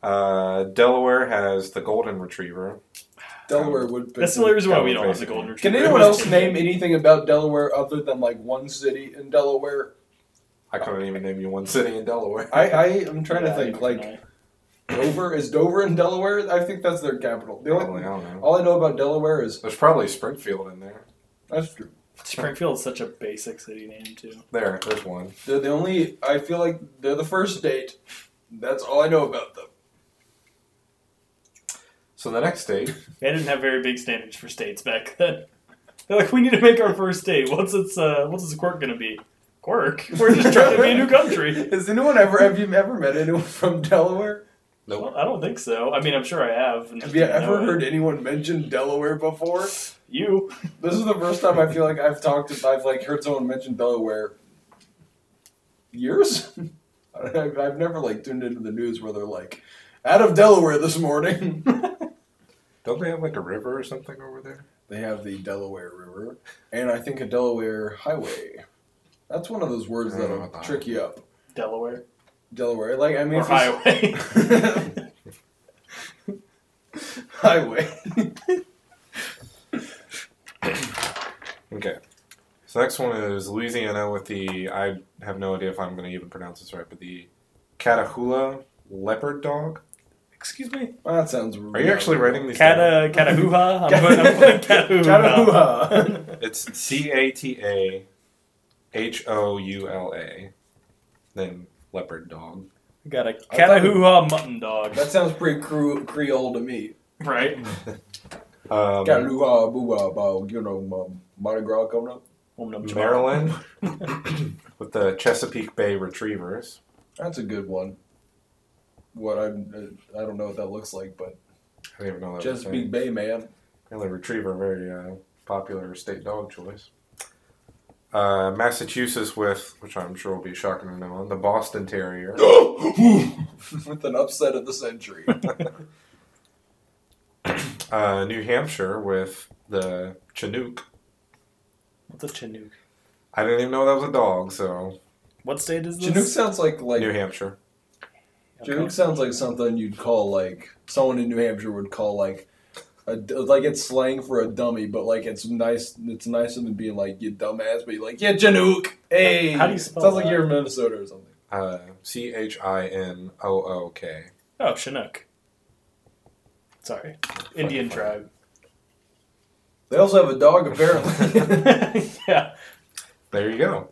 [SPEAKER 1] Uh, Delaware has the Golden Retriever.
[SPEAKER 2] Delaware would.
[SPEAKER 3] That's the only reason why we
[SPEAKER 1] Kind of
[SPEAKER 3] don't have the
[SPEAKER 1] basic.
[SPEAKER 3] golden retriever.
[SPEAKER 2] Can anyone else
[SPEAKER 3] (laughs)
[SPEAKER 2] name anything about Delaware other than like one city in Delaware?
[SPEAKER 1] I couldn't even name you one city in Delaware.
[SPEAKER 2] I, I am trying
[SPEAKER 3] Yeah,
[SPEAKER 2] to think.
[SPEAKER 3] you
[SPEAKER 2] Like
[SPEAKER 3] can,
[SPEAKER 2] Dover is Dover in Delaware? I think that's their capital. (laughs) The
[SPEAKER 1] Probably, I
[SPEAKER 2] only,
[SPEAKER 1] don't know.
[SPEAKER 2] (laughs) all I know about Delaware is
[SPEAKER 1] There's probably Springfield in there.
[SPEAKER 2] that's true.
[SPEAKER 3] uh, Springfield is such a basic city name too.
[SPEAKER 1] There, there's one.
[SPEAKER 2] They're the only. I feel like they're the first state. That's all I know about them.
[SPEAKER 1] So the next state,
[SPEAKER 3] They didn't have very big standards for states back then. (laughs) They're like, we need to make our first state. What's its uh, what's its quirk gonna be? Quirk? We're just trying to be a new (laughs) country.
[SPEAKER 2] Has anyone ever have you ever met anyone from Delaware?
[SPEAKER 3] Well, I don't think so. I mean, I'm sure I have. and
[SPEAKER 2] Have
[SPEAKER 3] just
[SPEAKER 2] you
[SPEAKER 3] didn't know
[SPEAKER 2] ever
[SPEAKER 3] it.
[SPEAKER 2] heard anyone mention Delaware before?
[SPEAKER 3] you?
[SPEAKER 2] This is the first time I feel like I've talked. To, I've like heard someone mention Delaware. Years. (laughs) I've, I've never like tuned into the news where they're like, out of Delaware this morning. (laughs)
[SPEAKER 1] don't they have like a river or something over there?
[SPEAKER 2] They have the Delaware River, and I think a Delaware Highway. That's one of those words
[SPEAKER 1] I don't know
[SPEAKER 2] that'll
[SPEAKER 1] what that
[SPEAKER 2] trick you up.
[SPEAKER 3] Delaware
[SPEAKER 2] Delaware, like I mean,
[SPEAKER 3] or
[SPEAKER 2] if it's-
[SPEAKER 3] highway?
[SPEAKER 2] (laughs) highway.
[SPEAKER 1] Okay. So next one is Louisiana with the I have no idea if I'm going to even pronounce this right, but the Catahoula leopard dog.
[SPEAKER 3] Excuse me.
[SPEAKER 2] Well, that sounds.
[SPEAKER 1] Are you actually writing these? down?
[SPEAKER 3] (laughs) Cata Catahooha.
[SPEAKER 2] (laughs)
[SPEAKER 3] I'm putting, I'm putting Catahooha.
[SPEAKER 2] Catahoula.
[SPEAKER 1] It's C A T A H O U L A, then leopard dog.
[SPEAKER 3] Got a
[SPEAKER 2] I thought we-
[SPEAKER 3] Catahooha mutton dog.
[SPEAKER 2] That sounds pretty cru- Creole to me.
[SPEAKER 3] Right.
[SPEAKER 1] Um,
[SPEAKER 2] Got luha booah bow. You know, um, Mardi Gras coming up.
[SPEAKER 3] Om nom chom.
[SPEAKER 1] Maryland (coughs) with the Chesapeake Bay Retrievers.
[SPEAKER 2] That's a good one. What I I don't know what that looks like, but
[SPEAKER 1] I don't even know that. was a
[SPEAKER 2] Chesapeake
[SPEAKER 1] thing.
[SPEAKER 2] Bay, man.
[SPEAKER 1] Apparently, retriever very uh, popular state dog choice. Uh, Massachusetts with, which I'm sure will be shocking to no one, the Boston
[SPEAKER 2] (gasps)
[SPEAKER 1] Terrier. (gasps)
[SPEAKER 2] With an upset of the century.
[SPEAKER 1] uh, New Hampshire with the Chinook.
[SPEAKER 3] What's a Chinook?
[SPEAKER 1] I didn't even know that was a dog, so
[SPEAKER 3] What state is (laughs) this?
[SPEAKER 2] Chinook sounds like like
[SPEAKER 1] New Hampshire.
[SPEAKER 3] Okay.
[SPEAKER 2] Chinook sounds like something you'd call like someone in New Hampshire would call like a, d- like it's slang for a dummy, but like it's nice. It's nicer than being like you dumbass, but you're like yeah, Chinook. Hey,
[SPEAKER 3] How do you spell
[SPEAKER 2] sounds
[SPEAKER 3] that?
[SPEAKER 2] like you're in Minnesota or something.
[SPEAKER 1] Uh, C H I N O O K.
[SPEAKER 3] Oh, Chinook. Sorry. Indian
[SPEAKER 2] (laughs)
[SPEAKER 3] tribe.
[SPEAKER 2] They also have a dog apparently.
[SPEAKER 3] (laughs)
[SPEAKER 2] (laughs)
[SPEAKER 3] yeah.
[SPEAKER 1] There you go.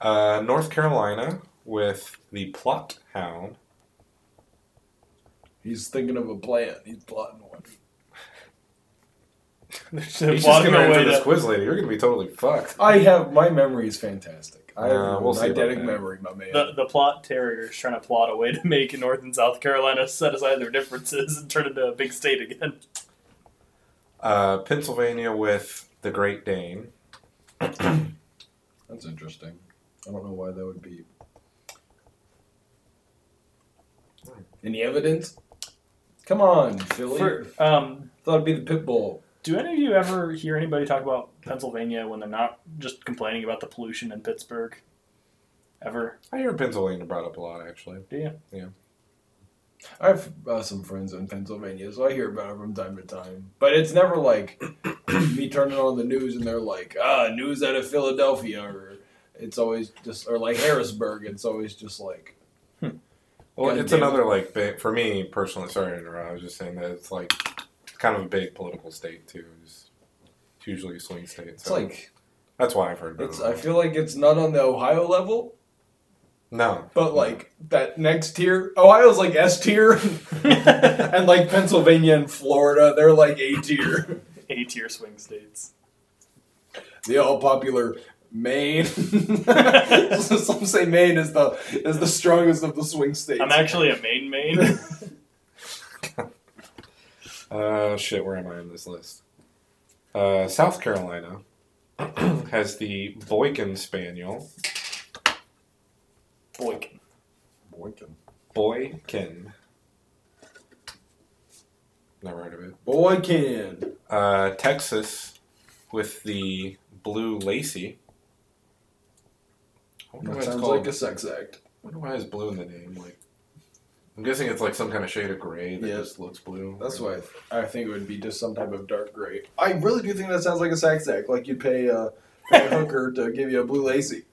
[SPEAKER 1] Uh, North Carolina with the Plot Hound.
[SPEAKER 2] He's thinking of a plan. He's plotting one.
[SPEAKER 3] They're
[SPEAKER 1] He's just
[SPEAKER 3] plotting
[SPEAKER 1] gonna
[SPEAKER 3] a way
[SPEAKER 1] answer this
[SPEAKER 3] to-
[SPEAKER 1] quiz later. You're gonna be totally fucked.
[SPEAKER 2] I have my memory is fantastic. I have
[SPEAKER 1] Uh,
[SPEAKER 2] an
[SPEAKER 1] we'll see about
[SPEAKER 2] eidetic
[SPEAKER 1] that.
[SPEAKER 2] memory, my man.
[SPEAKER 3] The, the plot terriers trying to plot a way to make North and South Carolina set aside their differences and turn into a big state again.
[SPEAKER 1] Uh, Pennsylvania with the Great Dane.
[SPEAKER 2] That's interesting. I don't know why that would be. Any evidence? Come on, Philly.
[SPEAKER 3] For, um,
[SPEAKER 2] Thought it'd be the pit bull.
[SPEAKER 3] Do any of you ever hear anybody talk about Pennsylvania when they're not just complaining about the pollution in Pittsburgh? Ever?
[SPEAKER 1] I hear Pennsylvania brought up a lot, actually.
[SPEAKER 2] I have uh, some friends in Pennsylvania, so I hear about it from time to time. But it's never like (clears throat) me turning on the news and they're like, ah, news out of Philadelphia, or it's always just, or like Harrisburg. It's always just like,
[SPEAKER 1] Well,
[SPEAKER 2] God
[SPEAKER 1] it's
[SPEAKER 2] damn it.
[SPEAKER 1] another like big, for me personally. Sorry to interrupt. I was just saying that it's like kind of a big political state too. It's usually a swing state.
[SPEAKER 2] it's
[SPEAKER 1] so
[SPEAKER 2] like
[SPEAKER 1] that's why I've heard about
[SPEAKER 2] it's.
[SPEAKER 1] it.
[SPEAKER 2] I feel like it's not on the Ohio level,
[SPEAKER 1] no,
[SPEAKER 2] but like that next tier, Ohio's like S tier.
[SPEAKER 3] A
[SPEAKER 2] and like Pennsylvania and Florida, they're like A tier.
[SPEAKER 3] tier swing states.
[SPEAKER 2] The all popular Maine. (laughs) Some say Maine is the is the strongest of the swing states.
[SPEAKER 3] I'm actually a Maine (laughs) Maine.
[SPEAKER 1] (laughs) Uh, shit, where am I on this list? Uh, South Carolina (clears throat) has the Boykin Spaniel.
[SPEAKER 3] Boykin.
[SPEAKER 2] (laughs) Boykin.
[SPEAKER 1] Boykin. Never heard of it.
[SPEAKER 2] Boykin.
[SPEAKER 1] Uh, Texas with the Blue Lacey. I wonder
[SPEAKER 2] That
[SPEAKER 1] why it's
[SPEAKER 2] sounds
[SPEAKER 1] called.
[SPEAKER 2] like a sex act.
[SPEAKER 1] I wonder why it's blue in the name. Like, I'm guessing it's like some kind of shade of gray that
[SPEAKER 2] Yeah.
[SPEAKER 1] just looks blue.
[SPEAKER 2] That's why I, th- I think it would be just some type of dark gray. I really do think that sounds like a sex act. Like you'd pay, uh, pay a
[SPEAKER 3] (laughs)
[SPEAKER 2] hooker to give you a blue lacy.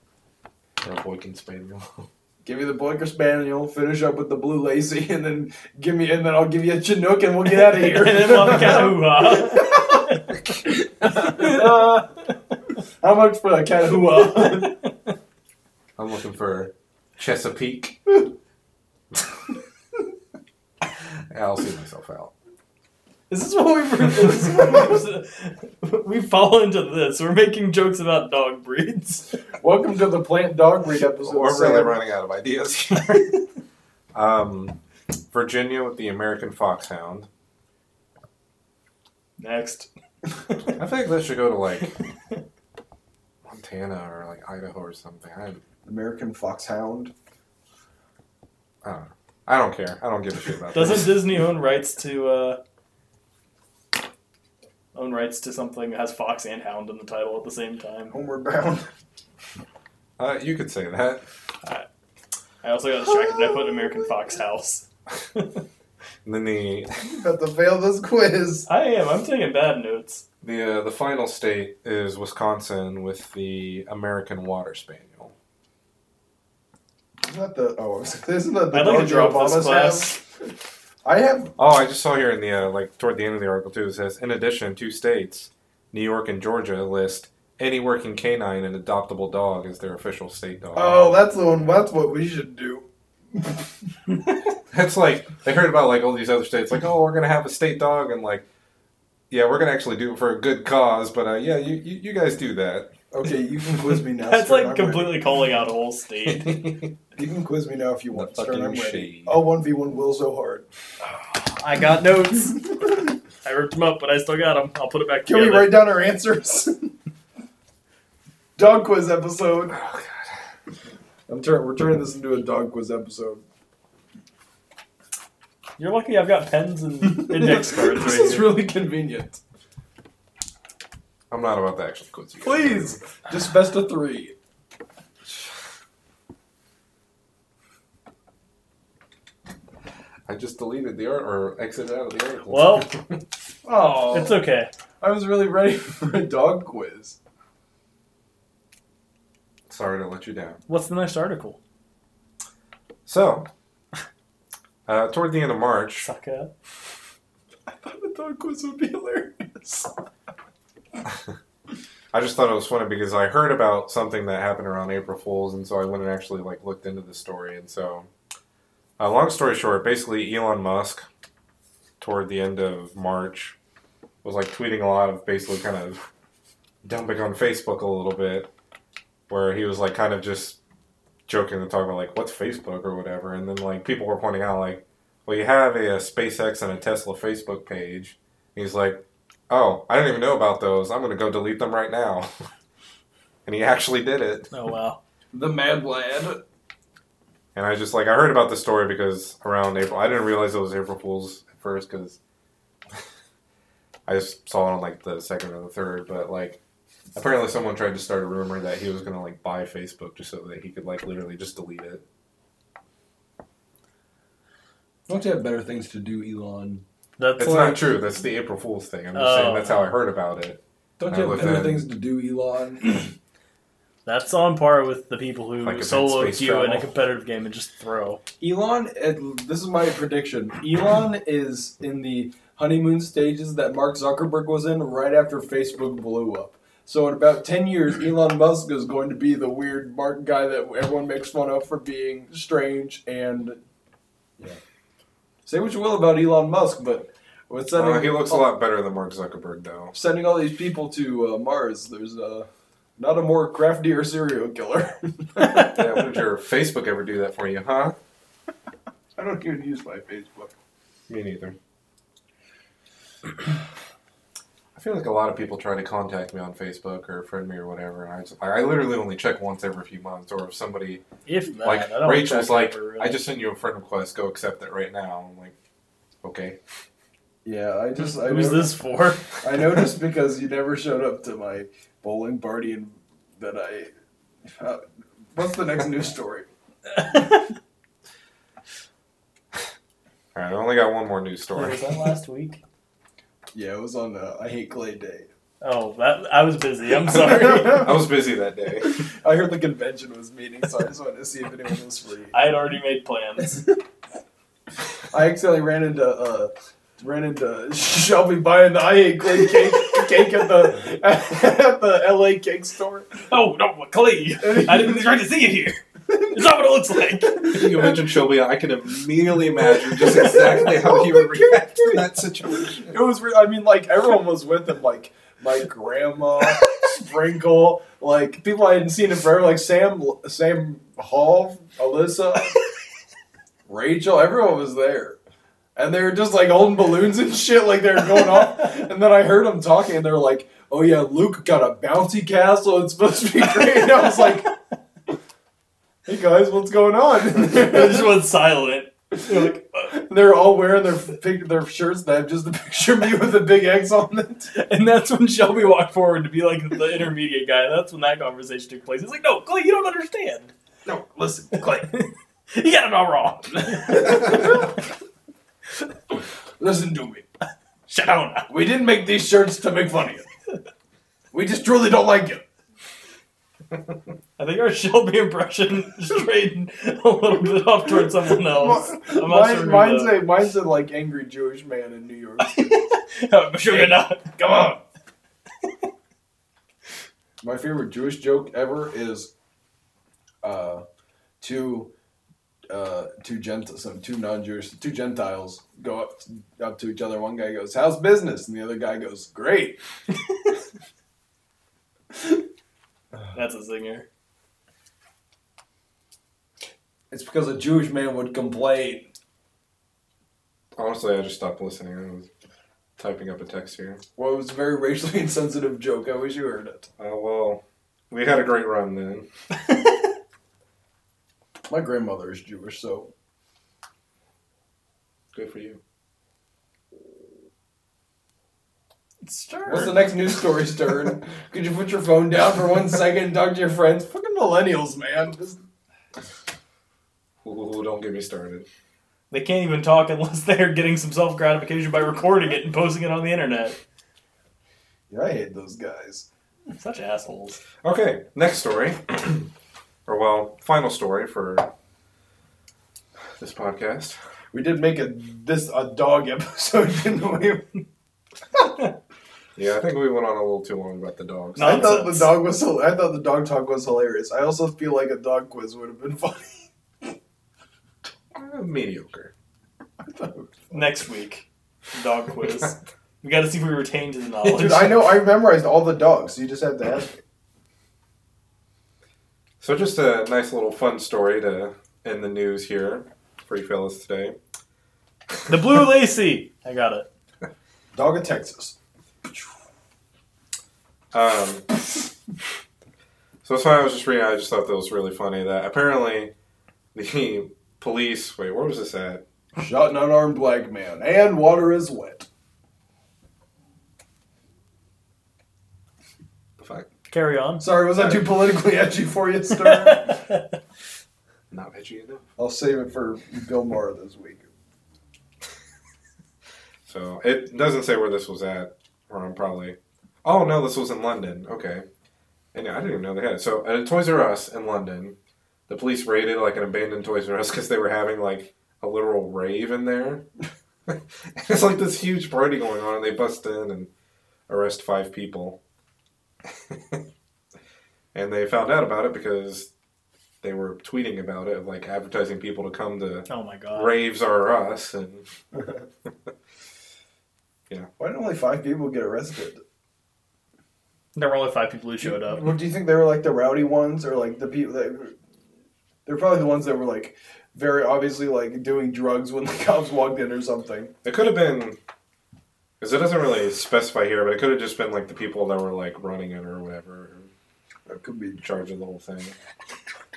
[SPEAKER 1] Or a Boykin Spaniel. (laughs)
[SPEAKER 2] Give you the Boyker Spaniel, finish up with the blue lacy, (laughs) and then give me, and then I'll give you a Chinook, and we'll get out of
[SPEAKER 3] (laughs)
[SPEAKER 2] here.
[SPEAKER 3] and then we'll have a ah." (laughs) Catahoula.
[SPEAKER 2] Uh, (laughs) how much for a
[SPEAKER 3] ah.
[SPEAKER 2] Catahoula?
[SPEAKER 1] I'm looking for Chesapeake. (laughs) I'll see myself out.
[SPEAKER 3] Is this what we've? Is this (laughs) what we've, we've fallen into this. We're making jokes about dog breeds.
[SPEAKER 2] (laughs) Welcome to the plant dog breed episode.
[SPEAKER 1] We're
[SPEAKER 2] Sam.
[SPEAKER 1] really running out of ideas here. (laughs) um, Virginia with the American Foxhound.
[SPEAKER 3] (laughs) Next.
[SPEAKER 1] I think that should go to like Montana or like Idaho or something. I,
[SPEAKER 2] American foxhound.
[SPEAKER 1] I don't know. I don't care. I don't give a shit about
[SPEAKER 3] Doesn't
[SPEAKER 1] this.
[SPEAKER 3] Disney own rights to uh, own rights to something that has fox and hound in the title at the same time?
[SPEAKER 2] Homeward bound. (laughs)
[SPEAKER 1] Uh, you could say that.
[SPEAKER 3] I also got distracted. and I put American Fox House. (laughs)
[SPEAKER 1] And then the
[SPEAKER 2] About to fail this quiz.
[SPEAKER 3] I am. I'm taking bad
[SPEAKER 2] (laughs)
[SPEAKER 3] notes.
[SPEAKER 1] the uh, the final state is Wisconsin with the American Water Spaniel.
[SPEAKER 2] Isn't that the oh? (laughs) Isn't that the
[SPEAKER 3] I'd like to
[SPEAKER 2] dog
[SPEAKER 3] drop this
[SPEAKER 2] Obama's have?
[SPEAKER 3] class.
[SPEAKER 2] I have.
[SPEAKER 1] Oh, I just saw here in the uh, like toward the end of the article too. It says, in addition, two states, New York and Georgia, list any working canine and adoptable dog as their official state dog.
[SPEAKER 2] Oh, that's the one. That's what we should do. (laughs)
[SPEAKER 1] That's like they heard about like all these other states, like oh, we're gonna have a state dog, and like yeah, we're gonna actually do it for a good cause, but uh, yeah, you, you you guys do
[SPEAKER 2] (laughs)
[SPEAKER 1] that.
[SPEAKER 2] Okay, you can quiz me now.
[SPEAKER 3] That's like
[SPEAKER 2] Stern, I'm ready.
[SPEAKER 3] completely calling out a whole state.
[SPEAKER 2] (laughs) You can quiz me now if you
[SPEAKER 1] The
[SPEAKER 2] want. Stern,
[SPEAKER 1] fucking
[SPEAKER 2] I'm ready.
[SPEAKER 1] shade.
[SPEAKER 2] Oh, one v one will so hard.
[SPEAKER 3] I got notes.
[SPEAKER 2] (laughs)
[SPEAKER 3] I ripped them up, but I still got them. I'll put it back
[SPEAKER 2] Can
[SPEAKER 3] together.
[SPEAKER 2] we write down our answers? (laughs) dog quiz episode.
[SPEAKER 1] Oh,
[SPEAKER 2] I'm turn. We're turning this into a dog quiz episode.
[SPEAKER 3] You're lucky I've got pens
[SPEAKER 2] (laughs)
[SPEAKER 3] and index cards
[SPEAKER 2] this
[SPEAKER 3] right
[SPEAKER 2] is
[SPEAKER 3] here.
[SPEAKER 2] really convenient.
[SPEAKER 1] I'm not about to actually quiz you. guys.
[SPEAKER 2] Please, just best of three.
[SPEAKER 1] I just deleted the art or exited out of the article.
[SPEAKER 3] Well,
[SPEAKER 2] Oh,
[SPEAKER 3] it's okay.
[SPEAKER 2] I was really ready (laughs) for a dog quiz.
[SPEAKER 1] (laughs) sorry to let you down.
[SPEAKER 3] What's the next article?
[SPEAKER 1] So, uh, toward the end of March,
[SPEAKER 3] Suck up.
[SPEAKER 2] I thought a dog quiz would be hilarious.
[SPEAKER 1] (laughs) I just thought it was funny because I heard about something that happened around April Fools, and so I went and actually like looked into the story. And so, uh, long story short, basically Elon Musk, toward the end of March, was like tweeting a lot of basically kind of dumping on Facebook a little bit, where he was like kind of just joking and talking about like what's Facebook or whatever, and then like people were pointing out like, well, you have a, uh SpaceX and a Tesla Facebook page. And he's like, oh, I didn't even know about those. I'm gonna go delete them right now. (laughs) and he actually did it.
[SPEAKER 3] Oh wow.
[SPEAKER 4] The Mad Lad.
[SPEAKER 1] And I just like I heard about the story because around April, I didn't realize it was April Fools at first because (laughs) I just saw it on like the second or the third. But like, apparently someone tried to start a rumor that he was gonna like buy Facebook just so that he could like literally just delete it.
[SPEAKER 2] Don't you have better things to do, Elon?
[SPEAKER 3] That's
[SPEAKER 1] It's
[SPEAKER 3] like,
[SPEAKER 1] not true. That's the April Fools thing. I'm just saying
[SPEAKER 3] Oh.
[SPEAKER 1] that's how I heard about it.
[SPEAKER 2] Don't
[SPEAKER 1] I
[SPEAKER 2] you have
[SPEAKER 1] looked
[SPEAKER 2] better
[SPEAKER 1] at it.
[SPEAKER 2] things to do, Elon?
[SPEAKER 3] that's on par with the people who
[SPEAKER 1] Like event
[SPEAKER 3] solo
[SPEAKER 1] space
[SPEAKER 3] queue in a
[SPEAKER 1] travel.
[SPEAKER 3] competitive game and just throw.
[SPEAKER 2] Elon, at- this is my prediction. Elon is in the honeymoon stages that Mark Zuckerberg was in right after Facebook blew up. So in about ten years, Elon Musk is going to be the weird Mark guy that everyone makes fun of for being strange and yeah. Say what you will about Elon Musk, but with sending
[SPEAKER 1] Uh, he looks a lot better than Mark Zuckerberg though.
[SPEAKER 2] sending all these people to uh, Mars, there's uh, not a more craftier serial killer.
[SPEAKER 1] (laughs)
[SPEAKER 2] (laughs)
[SPEAKER 1] Yeah, would your Facebook ever do that for you, huh?
[SPEAKER 2] I don't even use my Facebook.
[SPEAKER 1] Me neither. I feel like a lot of people try to contact me on Facebook or friend me or whatever. And I just, I literally only check once every few months, or if somebody
[SPEAKER 3] (laughs) If that,
[SPEAKER 1] like
[SPEAKER 3] I don't
[SPEAKER 1] Rachel's
[SPEAKER 3] check
[SPEAKER 1] like,
[SPEAKER 3] ever, really.
[SPEAKER 1] I just sent you a friend request, go accept it right now. I'm like, okay.
[SPEAKER 2] Yeah, I just I
[SPEAKER 3] Who's
[SPEAKER 2] never-
[SPEAKER 3] this for? (laughs)
[SPEAKER 2] I noticed because you never showed up to my bowling party and that I. Uh, what's the next news story?
[SPEAKER 1] All right, I only got one more news story. (laughs)
[SPEAKER 3] was that last week?
[SPEAKER 2] Yeah, it was on uh, I Hate Clay Day.
[SPEAKER 3] Oh, that I was busy. I'm sorry. (laughs)
[SPEAKER 1] I was busy that day.
[SPEAKER 2] (laughs) I heard the convention was meeting, so I just wanted to see if anyone was free.
[SPEAKER 3] I had already made plans.
[SPEAKER 2] I accidentally ran into uh, ran into (laughs) Shelby buying the I Hate Clay cake, cake at the (laughs) at the LA cake store.
[SPEAKER 3] Oh no, Clay! I didn't expect to see you here. It's not what it looks like.
[SPEAKER 2] (laughs)
[SPEAKER 1] Can you imagine Shelby? I can immediately imagine just (laughs) exactly how he would react to that situation.
[SPEAKER 2] It was. Re- I mean, like everyone was with him. Like my grandma, Sprinkle, like people I hadn't seen in forever. Like Sam, Sam Hall, Alyssa, Rachel. Everyone was there, and they were just like holding balloons and shit. Like they were going off. And then I heard them talking, and they were like, "Oh yeah, Luke got a bouncy castle. It's supposed to be great." And I was like. Hey guys, what's
[SPEAKER 3] (laughs)
[SPEAKER 2] going
[SPEAKER 3] I just
[SPEAKER 2] on? (laughs)
[SPEAKER 3] went silent. You're like, uh,
[SPEAKER 2] They're all wearing their pic- their shirts that have just the picture of me with a big X on it.
[SPEAKER 3] and that's when Shelby walked forward to be like the intermediate guy. That's when that conversation took place. He's like, "No, Clay, you don't understand.
[SPEAKER 4] No, listen, Clay.
[SPEAKER 3] You got it all wrong. (laughs)
[SPEAKER 4] Listen to me.
[SPEAKER 3] Shut down." now."
[SPEAKER 4] We didn't make these shirts to make fun of you. We just truly don't like you.
[SPEAKER 3] I think our Shelby impression strayed a little bit off towards someone else. I'm not
[SPEAKER 2] Mine-
[SPEAKER 3] sure.
[SPEAKER 2] mine's
[SPEAKER 3] who
[SPEAKER 2] a mine's a like angry Jewish man in New York.
[SPEAKER 3] the- (laughs) I'm sure you're not.
[SPEAKER 4] (laughs) Come on.
[SPEAKER 2] My favorite Jewish joke ever is, uh, two, uh, two gent some two non-Jewish two Gentiles go up up to each other. One guy goes, "How's business?" and the other guy goes, "Great."
[SPEAKER 3] That's a singer.
[SPEAKER 2] It's because a Jewish man would complain.
[SPEAKER 1] Honestly, I just stopped listening. I was typing up a text here.
[SPEAKER 2] Well, it was a very racially (laughs) insensitive joke. I wish you heard it.
[SPEAKER 1] Uh, well, we had a great run then.
[SPEAKER 2] My grandmother is Jewish, so
[SPEAKER 1] Good for you.
[SPEAKER 3] (laughs) Sure.
[SPEAKER 2] what's the next news story, Stern? Could you put your phone down for one second and talk to your friends? Fucking millennials, man. Just
[SPEAKER 1] Ooh, don't get me started.
[SPEAKER 3] They can't even talk unless they're getting some self gratification by recording it and posting it on the internet.
[SPEAKER 2] Yeah, I hate those guys.
[SPEAKER 3] Such assholes.
[SPEAKER 1] Okay, next story. (clears throat) or, well, final story for this podcast.
[SPEAKER 2] We did make a this a dog (laughs) episode, didn't we?
[SPEAKER 1] Yeah, I think we went on a little too long about the dogs.
[SPEAKER 3] No.
[SPEAKER 2] I thought the
[SPEAKER 3] Nonsense.
[SPEAKER 2] dog was hil- I thought the dog talk was hilarious. I also feel like a dog quiz would have been (laughs) funny.
[SPEAKER 1] Uh, mediocre.
[SPEAKER 3] Next week, dog quiz. we got to see if we retain
[SPEAKER 2] (laughs)
[SPEAKER 3] to the knowledge.
[SPEAKER 2] Dude, I know I memorized all the dogs. So you just have to ask. me.
[SPEAKER 1] So just a nice little fun story to end the news here for you fellas today. (laughs)
[SPEAKER 3] The blue lacy. I got it.
[SPEAKER 2] Dog of Texas.
[SPEAKER 1] Um, so that's why I was just reading. I just thought that was really funny that apparently the police. Wait, where was this at?
[SPEAKER 2] Shot an unarmed black man. And water is wet.
[SPEAKER 1] The fuck?
[SPEAKER 3] Carry on.
[SPEAKER 2] Sorry, was that too politically edgy for you, Stern? (laughs)
[SPEAKER 1] Not edgy enough.
[SPEAKER 2] I'll save it for Bill Maher this (laughs) week.
[SPEAKER 1] So it doesn't say where this was at, or I'm probably. Oh no, this was in London. Okay, and I didn't even know they had it. So at a Toys R Us in London, the police raided like an abandoned Toys R Us because they were having like a literal rave in there. (laughs) it's like this huge party going on, and they bust in and arrest five people. (laughs) and they found out about it because they were tweeting about it, like advertising people to come to
[SPEAKER 3] (laughs) Oh my god.
[SPEAKER 1] raves are us and.
[SPEAKER 2] Why did only five people get arrested?
[SPEAKER 3] There were only five people who showed up.
[SPEAKER 2] Well, do you think they were like the rowdy ones or like the people that they're probably the ones that were like very obviously like doing drugs when the cops walked in or something.
[SPEAKER 1] It could have been, because it doesn't really specify here, but it could have just been like the people that were like running it or whatever,
[SPEAKER 2] That could be
[SPEAKER 1] in charge of the whole thing.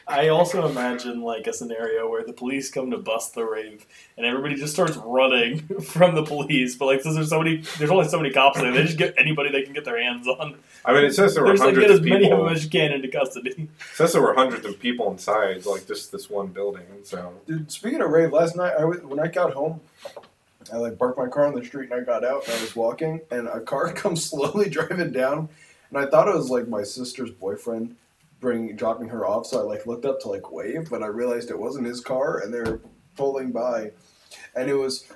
[SPEAKER 3] I also imagine like a scenario where the police come to bust the rave and everybody just starts running (laughs) from the police. But like, since there's so many, there's only so many cops there, they just get anybody they can get their hands on.
[SPEAKER 1] I mean, it says there were
[SPEAKER 3] There's like
[SPEAKER 1] hundreds
[SPEAKER 3] get as
[SPEAKER 1] of
[SPEAKER 3] many of them
[SPEAKER 1] people.
[SPEAKER 3] as you can into custody. (laughs)
[SPEAKER 1] it says there were hundreds of people inside, like just this one building. So
[SPEAKER 2] Dude, speaking of rave, last night I was, when I got home, I like parked my car on the street and I got out and I was walking and a car (laughs) comes slowly driving down and I thought it was like my sister's boyfriend bring dropping her off so I like looked up to like wave but I realized it wasn't his car and they were pulling by and it was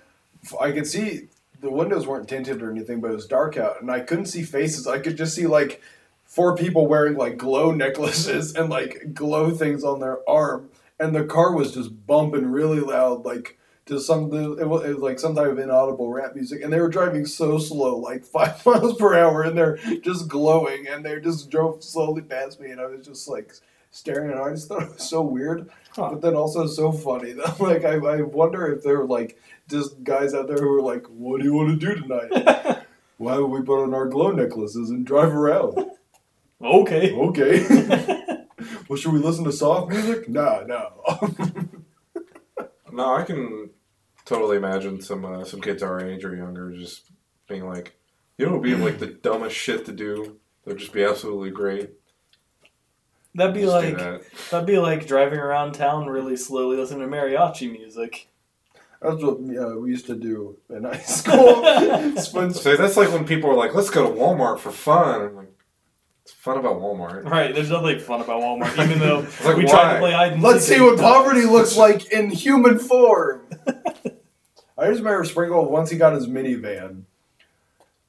[SPEAKER 2] I could see the windows weren't tinted or anything but it was dark out and I couldn't see faces I could just see like four people wearing like glow necklaces (laughs) and like glow things on their arm and the car was just bumping really loud, like to some it was, it was like some type of inaudible rap music, and they were driving so slow, like (laughs) five miles per hour, and they're just glowing, and they just drove slowly past me, and I was just like staring, and I just thought it was so weird,
[SPEAKER 3] Huh.
[SPEAKER 2] but then also so funny (laughs) that like I, I wonder if there were like just guys out there who were like, "What do you want to do tonight?" Why haven't we put on our glow necklaces and drive around?
[SPEAKER 3] Okay.
[SPEAKER 2] Okay. (laughs) well, should we listen to soft music? Nah, (laughs) no.
[SPEAKER 1] no, I can totally imagine some uh, some kids our age or younger just being like, you know, what would be like the dumbest shit to do. They'd just be absolutely great.
[SPEAKER 3] That'd be
[SPEAKER 1] Just do
[SPEAKER 3] like
[SPEAKER 1] that.
[SPEAKER 3] that'd be like driving around town really slowly listening to mariachi music.
[SPEAKER 2] That's what uh, we used to do in high (laughs) school. Spin-
[SPEAKER 1] So that's like when people are like, let's go to Walmart for fun. I'm like, it's fun about
[SPEAKER 3] (laughs)
[SPEAKER 1] Walmart.
[SPEAKER 3] Right. There's nothing fun about Walmart, even though
[SPEAKER 1] (laughs) It's like,
[SPEAKER 3] we tried
[SPEAKER 1] why?
[SPEAKER 3] to play hide and
[SPEAKER 2] Let's
[SPEAKER 3] seek
[SPEAKER 2] see
[SPEAKER 3] and-
[SPEAKER 2] what
[SPEAKER 3] (laughs)
[SPEAKER 2] poverty (laughs) looks like in human form. (laughs) I just remember Sprinkle once he got his minivan.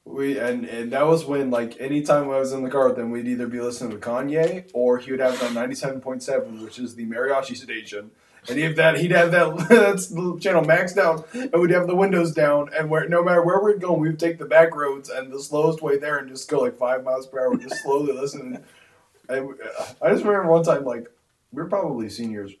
[SPEAKER 2] We and, and that was when like anytime I was in the car with him, we'd either be listening to Kanye or he would have it on ninety seven point seven, which is the mariachi station. And if that he'd have that (laughs) that's the channel maxed out, and we'd have the windows down, and where no matter where we're going, we'd take the back roads and the slowest way there, and just go like five miles per hour, just slowly (laughs) listening. And uh, I just remember one time like we were probably seniors,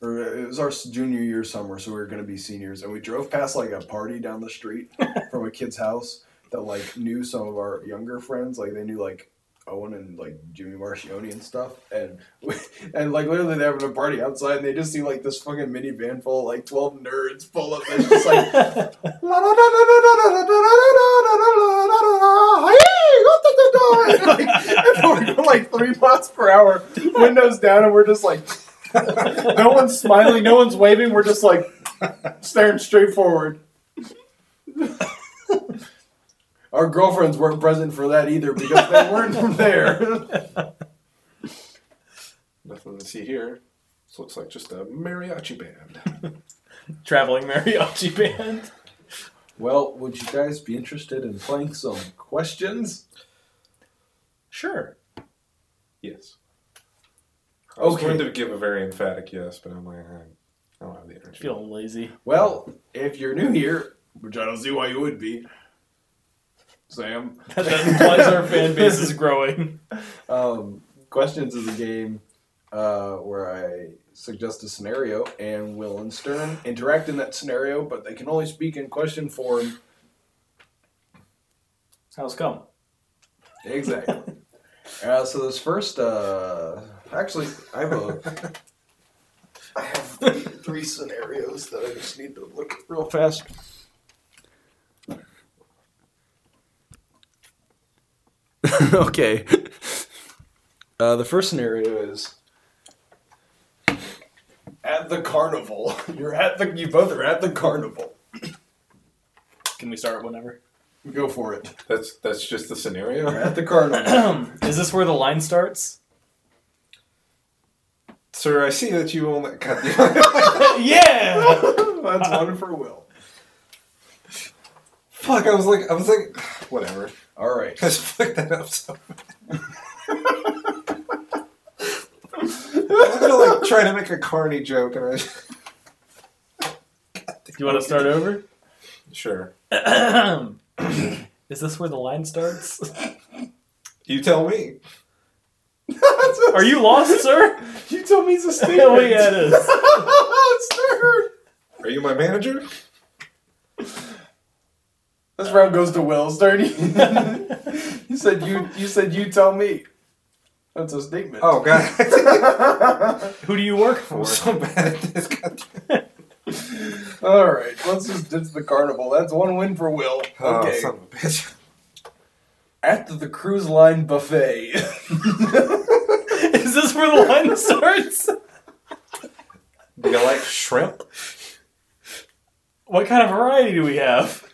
[SPEAKER 2] or it was our junior year summer, so we were going to be seniors, and we drove past like a party down the street from a kid's house that like knew some of our younger friends, like they knew like Owen and like Jimmy Marcioni and stuff, and we, and like literally they're having a party outside, and they just see like this fucking minivan full of like twelve nerds pull up, and it's just like. like, and we're going like (laughs) three miles per hour, windows down, and we're just like, no one's smiling, no one's waving. We're just like staring straight forward. Our girlfriends weren't present for that either because they weren't from there.
[SPEAKER 1] Nothing to see here. This looks like just a mariachi band.
[SPEAKER 3] traveling mariachi band.
[SPEAKER 2] Well, would you guys be interested in playing some questions?
[SPEAKER 3] Sure.
[SPEAKER 1] yes. I was
[SPEAKER 2] Okay.
[SPEAKER 1] going to give a very emphatic yes, but I'm like, I don't have the energy. (laughs)
[SPEAKER 3] Feeling lazy.
[SPEAKER 2] Well, if you're new here, which I don't see why you would be, Sam.
[SPEAKER 3] (laughs) That implies our fan base is growing.
[SPEAKER 2] Um, questions is a game uh, where I suggest a scenario and Will and Stern interact in that scenario, but they can only speak in question form.
[SPEAKER 3] How's come?
[SPEAKER 2] Exactly. uh, so this first, uh, actually, I have a
[SPEAKER 5] I have three, three scenarios that I just need to look at real fast.
[SPEAKER 2] (laughs) okay. Uh, the first scenario is
[SPEAKER 4] At the
[SPEAKER 2] (laughs)
[SPEAKER 4] carnival. You're at the you both are at the carnival.
[SPEAKER 3] Can we start whenever?
[SPEAKER 2] go for it.
[SPEAKER 1] (laughs) That's that's just the scenario.
[SPEAKER 2] You're at the carnival.
[SPEAKER 3] (clears throat)
[SPEAKER 5] (laughs)
[SPEAKER 3] Is this where the line starts?
[SPEAKER 1] Sir, I see that you only. God, damn.
[SPEAKER 3] (laughs) yeah.
[SPEAKER 2] That's one for Will.
[SPEAKER 1] (laughs) Fuck! I was like, I was like, (sighs) whatever. (laughs)
[SPEAKER 2] All
[SPEAKER 5] (laughs)
[SPEAKER 2] right.
[SPEAKER 1] I just fucked that up. So. bad. (laughs) I was gonna like try to make a carny joke, and (laughs) I
[SPEAKER 3] Do you want to start (clears throat) over?
[SPEAKER 1] sure.
[SPEAKER 3] Is this where the line starts?
[SPEAKER 1] You tell me.
[SPEAKER 3] (laughs) Are you lost, sir?
[SPEAKER 2] You told me it's a statement.
[SPEAKER 3] (laughs) oh yeah, it
[SPEAKER 5] (laughs)
[SPEAKER 3] is.
[SPEAKER 1] Are you my manager?
[SPEAKER 4] This round goes to Will Stern.
[SPEAKER 1] (laughs)
[SPEAKER 2] (laughs) you said you. You said you tell me. That's a statement.
[SPEAKER 1] Oh (laughs) god,
[SPEAKER 3] Who do you work for?
[SPEAKER 1] I'm so bad at this. God damn.
[SPEAKER 2] (laughs) All right. Let's just ditch the carnival. That's one win for Will.
[SPEAKER 1] Oh,
[SPEAKER 2] Okay.
[SPEAKER 1] son of a bitch.
[SPEAKER 2] at the cruise line
[SPEAKER 3] (laughs)
[SPEAKER 2] buffet. (laughs)
[SPEAKER 3] Is this where the (laughs) line starts?
[SPEAKER 1] Do you like shrimp?
[SPEAKER 3] What kind of variety do we have?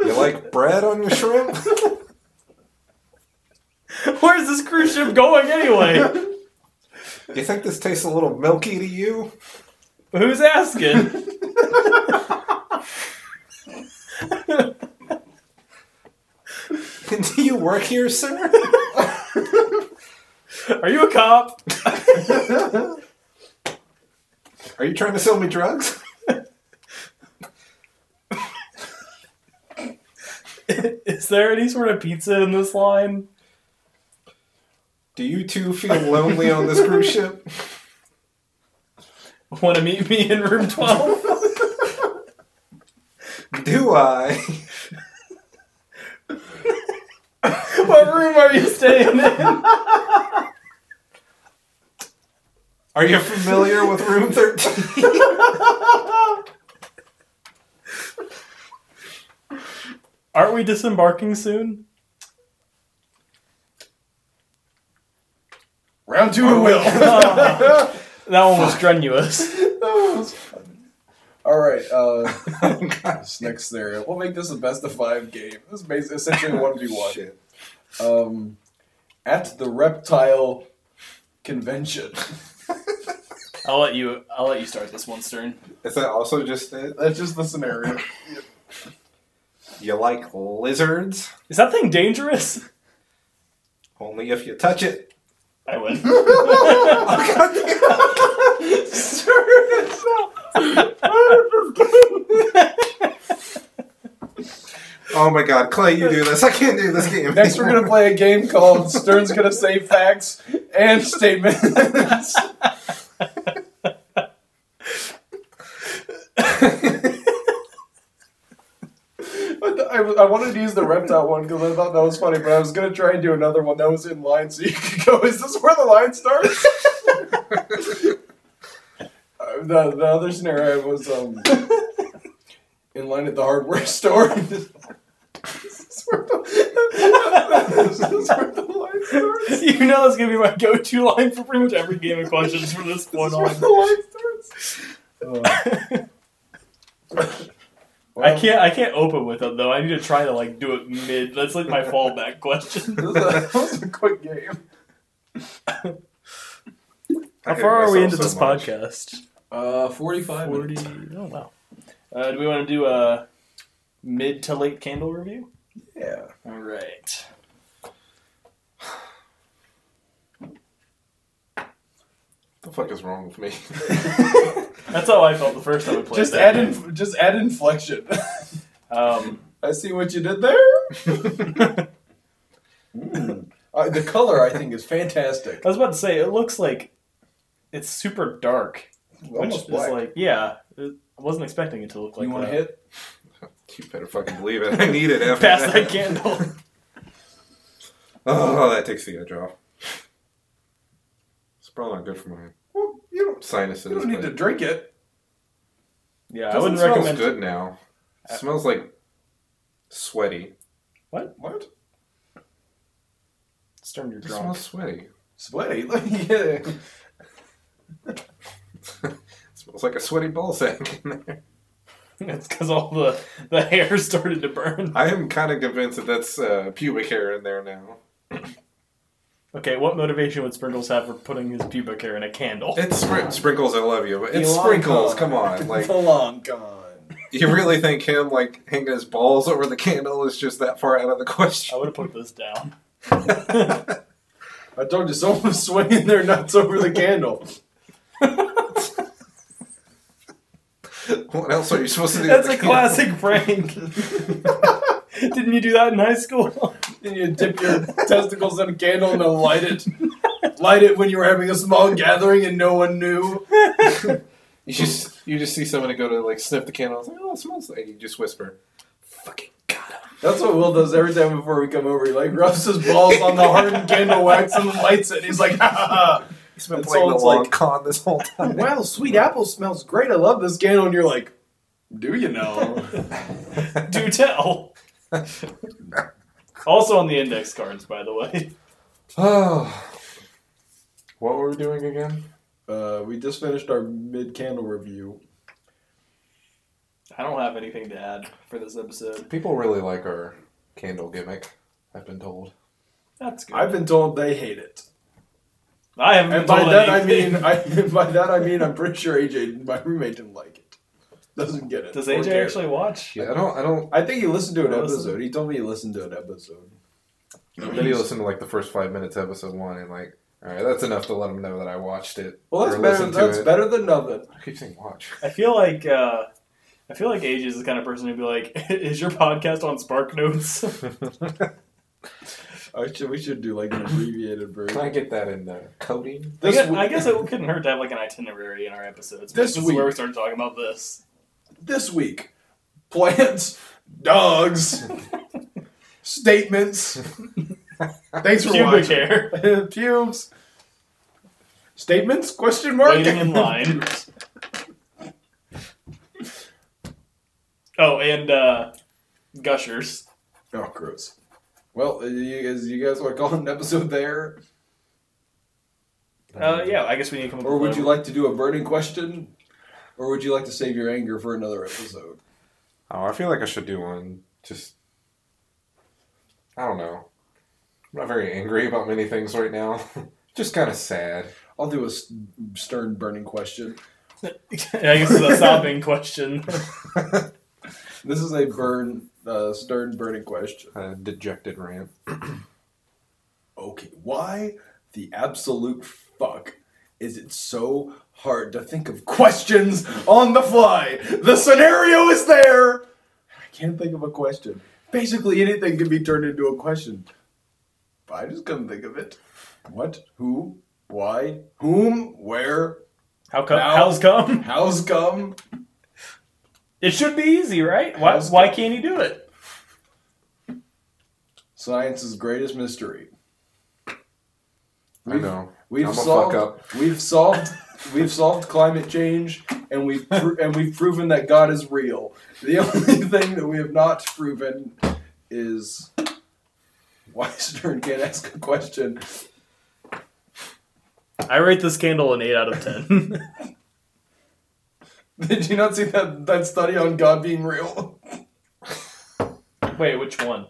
[SPEAKER 1] You like bread on your shrimp?
[SPEAKER 3] Where's this cruise ship going (laughs) anyway?
[SPEAKER 1] You think this tastes a little milky to you? (laughs)
[SPEAKER 3] Who's asking?
[SPEAKER 1] Do you work here, sir? (laughs)
[SPEAKER 3] Are you a cop? (laughs)
[SPEAKER 1] Are you trying to sell me drugs?
[SPEAKER 3] Is there any sort of pizza in this line?
[SPEAKER 1] Do you two feel lonely on this cruise ship?
[SPEAKER 3] Want to meet me in room 12?
[SPEAKER 1] Do I? (laughs)
[SPEAKER 3] what room are you staying in?
[SPEAKER 1] Are you familiar with room (laughs) 13?
[SPEAKER 3] Aren't we disembarking soon?
[SPEAKER 4] round two to Will.
[SPEAKER 3] Oh,
[SPEAKER 2] (laughs)
[SPEAKER 3] that one was strenuous.
[SPEAKER 2] All right. Uh,
[SPEAKER 1] Oh, God,
[SPEAKER 2] this next scenario. We'll make this a best of five game. This is basically essentially one v
[SPEAKER 1] (laughs)
[SPEAKER 2] one.
[SPEAKER 1] shit.
[SPEAKER 2] um, at the reptile convention.
[SPEAKER 3] (laughs) I'll let you. I'll let you start this one, Stern.
[SPEAKER 1] Is that also just it?
[SPEAKER 2] That's just the scenario.
[SPEAKER 1] You like lizards?
[SPEAKER 3] Is that thing dangerous?
[SPEAKER 1] Only if you touch it. (laughs)
[SPEAKER 3] I win.
[SPEAKER 1] Oh my god, Clay, you do this. I can't do this game.
[SPEAKER 2] Next, we're gonna
[SPEAKER 1] anymore.
[SPEAKER 2] play a game called Stern's gonna say facts and statements. But I, I wanted to use the reptile one because I thought that was funny, but I was gonna try and do another one that was in line, so you could go. Is this where the line starts? Uh, the, the other scenario was um, in line at the hardware store. (laughs) This is where the- this (laughs) is where the line
[SPEAKER 3] (laughs)
[SPEAKER 2] starts.
[SPEAKER 3] you know that's gonna be my go-to line for pretty much every game of questions from this
[SPEAKER 2] This
[SPEAKER 3] point
[SPEAKER 2] is where
[SPEAKER 3] on.
[SPEAKER 2] the line starts. Uh,
[SPEAKER 3] I can't. I can't open with it though. I need to try to like do it mid. That's like my fallback question.
[SPEAKER 2] This is a- (laughs) that was a quick game.
[SPEAKER 1] I
[SPEAKER 3] How
[SPEAKER 1] hate
[SPEAKER 3] far are we
[SPEAKER 1] myself
[SPEAKER 3] into
[SPEAKER 1] so
[SPEAKER 3] this
[SPEAKER 1] much.
[SPEAKER 3] podcast?
[SPEAKER 2] Uh, 45
[SPEAKER 3] Forty. Oh wow. Uh, do we want to do a mid to late candle review?
[SPEAKER 2] Yeah.
[SPEAKER 3] All right.
[SPEAKER 1] What the fuck is wrong with me?
[SPEAKER 3] (laughs) That's how I felt the first time I played.
[SPEAKER 2] (laughs) Just
[SPEAKER 3] that
[SPEAKER 2] (laughs) add
[SPEAKER 3] game.
[SPEAKER 2] in, just add inflection. (laughs)
[SPEAKER 3] Um, (laughs)
[SPEAKER 2] (laughs) I see what you did there. Uh, I, the color I think is fantastic.
[SPEAKER 3] I was about to say it looks like it's super dark,
[SPEAKER 2] (laughs) Almost
[SPEAKER 3] which
[SPEAKER 2] black.
[SPEAKER 3] is like yeah. It, I wasn't expecting it to look like
[SPEAKER 2] you want to
[SPEAKER 3] (laughs) that.
[SPEAKER 2] hit?
[SPEAKER 1] You better fucking believe it. I need it after
[SPEAKER 3] Pass (laughs) that candle.
[SPEAKER 1] Oh, that takes the edge off. It's probably not good for my
[SPEAKER 2] Well, you don't.
[SPEAKER 1] sinuses.
[SPEAKER 2] You don't need
[SPEAKER 1] but
[SPEAKER 2] to drink it.
[SPEAKER 3] yeah, I
[SPEAKER 1] doesn't
[SPEAKER 3] wouldn't
[SPEAKER 1] smells
[SPEAKER 3] recommend.
[SPEAKER 1] good now. It smells like sweaty.
[SPEAKER 2] What?
[SPEAKER 3] It's turn your
[SPEAKER 1] It
[SPEAKER 3] drunk. (laughs)
[SPEAKER 1] smells sweaty. (laughs)
[SPEAKER 2] (laughs) Sweaty. yeah.
[SPEAKER 1] It smells like a sweaty ball sack (laughs) in there.
[SPEAKER 3] It's because all the the hair (laughs) started to burn.
[SPEAKER 1] I am kind of convinced that that's uh, pubic hair in there now.
[SPEAKER 3] Okay, what motivation would Sprinkles have for putting his pubic hair in a candle?
[SPEAKER 1] It's spr- sprinkles. I love you, but it's
[SPEAKER 2] Elon,
[SPEAKER 1] sprinkles. Come
[SPEAKER 3] (laughs)
[SPEAKER 2] (laughs)
[SPEAKER 1] on, like
[SPEAKER 2] Elon, come on.
[SPEAKER 1] you really think him like hanging his balls over the candle is just that far out of the
[SPEAKER 3] I (laughs)
[SPEAKER 1] question?
[SPEAKER 3] would have put this down.
[SPEAKER 2] I told you someone was swinging their nuts over the candle.
[SPEAKER 1] What else are (laughs) you supposed to do? with
[SPEAKER 3] That's (laughs)
[SPEAKER 1] the
[SPEAKER 3] a
[SPEAKER 1] candle?
[SPEAKER 3] classic prank. (laughs) Didn't you do that in high school?
[SPEAKER 2] And you dip (laughs) your
[SPEAKER 3] (laughs)
[SPEAKER 2] testicles in a candle and then light it. Light it when you were having a small gathering and no one knew.
[SPEAKER 1] You just you just see someone go to like sniff the candle. It's like oh, it smells. like-" And you just whisper, "Fucking got him."
[SPEAKER 2] That's what Will does every time before we come over. He like rubs his balls on the (laughs) hardened candle wax and lights it. He's like, ha ha ha.
[SPEAKER 1] He's been
[SPEAKER 2] And
[SPEAKER 1] playing the
[SPEAKER 2] someone's
[SPEAKER 1] long
[SPEAKER 2] like-
[SPEAKER 1] con this whole time.
[SPEAKER 2] Wow, sweet apple smells great. I love this candle. And you're like, do you (laughs) know?
[SPEAKER 3] Do
[SPEAKER 2] (laughs)
[SPEAKER 3] tell. Also on the index cards, by the way.
[SPEAKER 1] oh, (sighs) what were we doing again?
[SPEAKER 2] Uh, we just finished our mid candle review.
[SPEAKER 3] I don't have anything to add for this episode.
[SPEAKER 1] People really like our candle gimmick. I've been told.
[SPEAKER 3] That's good.
[SPEAKER 2] I've been told they hate it.
[SPEAKER 3] I haven't been
[SPEAKER 2] And by
[SPEAKER 3] told
[SPEAKER 2] that I
[SPEAKER 3] anything.
[SPEAKER 2] mean, I, (laughs) by that I mean, I'm pretty sure AJ, my roommate, didn't like it. Doesn't get it.
[SPEAKER 3] (laughs) Does
[SPEAKER 2] or
[SPEAKER 3] AJ
[SPEAKER 2] care.
[SPEAKER 3] actually watch?
[SPEAKER 1] Yeah, I don't. I don't.
[SPEAKER 2] I think he listened to an
[SPEAKER 3] Listen.
[SPEAKER 2] episode. He told me he listened to an episode.
[SPEAKER 1] Maybe listen to like the first five minutes, of episode one, and like, all right, that's enough to let them know that I watched it.
[SPEAKER 2] Well, that's
[SPEAKER 1] or
[SPEAKER 2] better.
[SPEAKER 1] listened to
[SPEAKER 2] That's
[SPEAKER 1] it.
[SPEAKER 2] better than nothing.
[SPEAKER 1] I keep saying watch. (laughs)
[SPEAKER 3] I feel like uh, I feel like AJ is the kind of person who'd be like, (laughs) "Is your podcast on Spark Notes?" (laughs)
[SPEAKER 2] I should, we should do like an abbreviated
[SPEAKER 1] Can
[SPEAKER 2] version.
[SPEAKER 1] I get that in the coding?
[SPEAKER 3] I,
[SPEAKER 2] This
[SPEAKER 3] guess,
[SPEAKER 2] week-
[SPEAKER 3] I guess it couldn't hurt to have like an itinerary in our episodes. but
[SPEAKER 2] This
[SPEAKER 3] This, is where we
[SPEAKER 2] week.
[SPEAKER 3] started talking about this.
[SPEAKER 2] this week, plants, dogs, (laughs) statements. Thanks for
[SPEAKER 3] Pubic
[SPEAKER 2] watching.
[SPEAKER 3] hair,
[SPEAKER 2] (laughs) Pubes. Statements? Question mark.
[SPEAKER 3] waiting in line. oh, and uh, gushers.
[SPEAKER 2] (laughs) Oh, gross. Well, uh, you guys, you guys want to call it an episode there,
[SPEAKER 3] Uh, yeah, I guess we need to come up
[SPEAKER 2] or
[SPEAKER 3] with
[SPEAKER 2] would you
[SPEAKER 3] a-
[SPEAKER 2] like to do a burning question, or would you like to save your anger for another episode?
[SPEAKER 1] Oh, I feel like I should do one. Just, I don't know. I'm not very angry about many things right now. (laughs) Just kind of sad.
[SPEAKER 2] I'll do a s- stern burning question.
[SPEAKER 3] (laughs) I guess it's a sobbing question.
[SPEAKER 2] This is a burn, uh, stern burning question.
[SPEAKER 1] A dejected rant.
[SPEAKER 2] Okay, why the absolute fuck is it so hard to think of questions on the fly? The scenario is there. I can't think of a question. Basically, anything can be turned into a question. But I just couldn't think of it. What? Who? Why? Whom? Where?
[SPEAKER 3] How come?
[SPEAKER 2] Now-
[SPEAKER 3] How's come?
[SPEAKER 2] How's come?
[SPEAKER 3] It should be easy, right? Why?
[SPEAKER 2] How's
[SPEAKER 3] Why
[SPEAKER 2] come?
[SPEAKER 3] can't he do it?
[SPEAKER 2] Science's greatest mystery.
[SPEAKER 1] I (laughs) know.
[SPEAKER 2] We've
[SPEAKER 1] I'm a
[SPEAKER 2] solved.
[SPEAKER 1] fuck up.
[SPEAKER 2] We've solved. We've solved climate change, and we've pro- and we've proven that God is real. The (laughs) only thing that we have not proven is why Stern can't ask a question. (laughs)
[SPEAKER 3] I rate this candle an eight out of ten.
[SPEAKER 2] Did you not see that that study on God being real?
[SPEAKER 3] (laughs)
[SPEAKER 2] (laughs)
[SPEAKER 3] Wait, which one?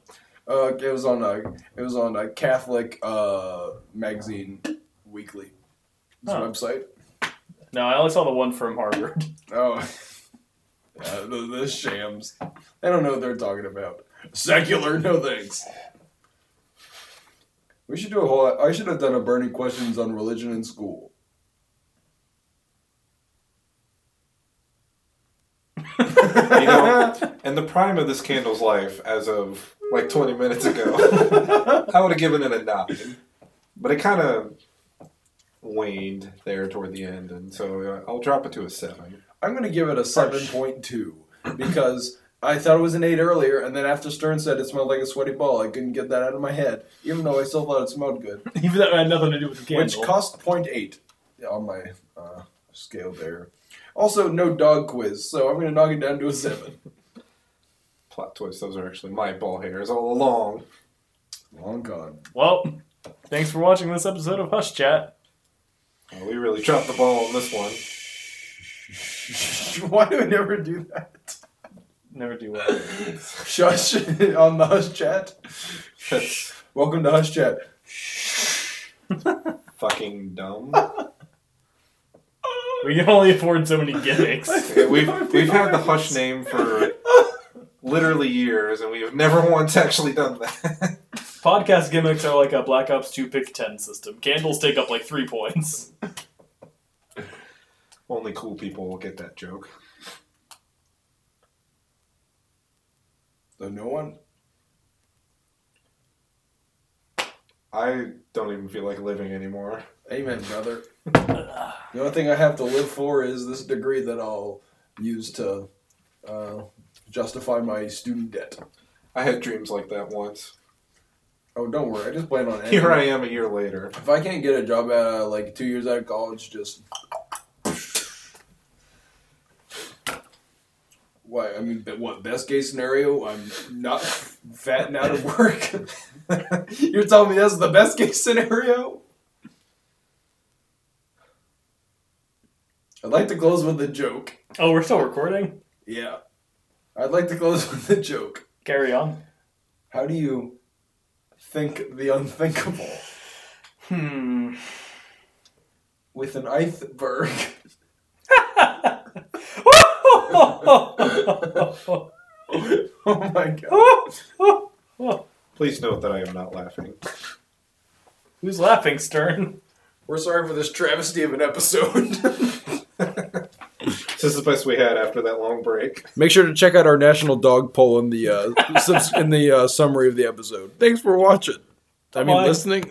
[SPEAKER 2] Uh, it was on a it was on a Catholic uh, magazine weekly this
[SPEAKER 3] Huh.
[SPEAKER 2] website.
[SPEAKER 3] No, I only saw the one from Harvard.
[SPEAKER 2] Oh, (laughs) yeah, the, the shams. They don't know what they're talking about. Secular, no thanks. We should do a whole. I should have done a burning questions on religion in school.
[SPEAKER 1] You (laughs) know, and the prime of (laughs) this candle's life, as of like 20 minutes ago, I would have given it a nine. but it kind of waned there toward the end, and so uh, I'll drop it to a seven.
[SPEAKER 2] I'm going to give it a 7.2 because I thought it was an 8 earlier, and then after Stern said it smelled like a sweaty ball, I couldn't get that out of my head, even though I still thought it smelled good,
[SPEAKER 3] (laughs) Even though it had nothing to do with the
[SPEAKER 2] which
[SPEAKER 3] candle.
[SPEAKER 2] cost 0.8 on my uh, scale there. Also, no dog quiz, so I'm going to knock it down to a 7.
[SPEAKER 1] Plot twist: those are actually my ball hairs all along.
[SPEAKER 2] Long gone.
[SPEAKER 3] well, thanks for watching this episode of Hush Chat.
[SPEAKER 1] Uh, we really dropped the ball on this one.
[SPEAKER 2] (laughs) Why do we never do that?
[SPEAKER 3] Never do well.
[SPEAKER 2] Shush (laughs) on the Hush Chat.
[SPEAKER 1] That's
[SPEAKER 2] Welcome to Hush Chat.
[SPEAKER 1] fucking (laughs) dumb.
[SPEAKER 3] We can only afford so many (laughs) gimmicks.
[SPEAKER 1] Yeah, we've we've had the hush name for literally years, and we have never (laughs) once actually done that. (laughs)
[SPEAKER 3] Podcast gimmicks are like a Black Ops 2 pick 10 system. Candles take up like three points.
[SPEAKER 1] Only cool people will get that joke.
[SPEAKER 2] So no one?
[SPEAKER 1] I don't even feel like living anymore.
[SPEAKER 2] Amen, brother. the only thing I have to live for is this degree that I'll use to uh, justify my student debt.
[SPEAKER 1] I had dreams like that once.
[SPEAKER 2] Oh, don't worry. I just plan on ending.
[SPEAKER 1] Here I am a year later.
[SPEAKER 2] If I can't get a job at uh, like two years out of college, just. Why? I mean, but what? Best case scenario, I'm not fat and out of work. (laughs) You're telling me that's the best case scenario? I'd like to close with a joke.
[SPEAKER 3] (laughs) Oh, we're still recording?
[SPEAKER 2] Yeah. I'd like to close (laughs) with a joke.
[SPEAKER 3] Carry on.
[SPEAKER 2] How do you think the unthinkable?
[SPEAKER 3] Hmm. (laughs)
[SPEAKER 2] With an iceberg. (laughs) oh my god.
[SPEAKER 1] Please note that I am not laughing.
[SPEAKER 3] Who's laughing, Stern?
[SPEAKER 2] We're sorry for this travesty of an episode.
[SPEAKER 1] This is the best we had after that long break.
[SPEAKER 2] (laughs) Make sure to check out our national dog poll in the uh, subs- in the uh, summary of the episode. Thanks for watching. I mean,
[SPEAKER 3] Bye.
[SPEAKER 2] listening.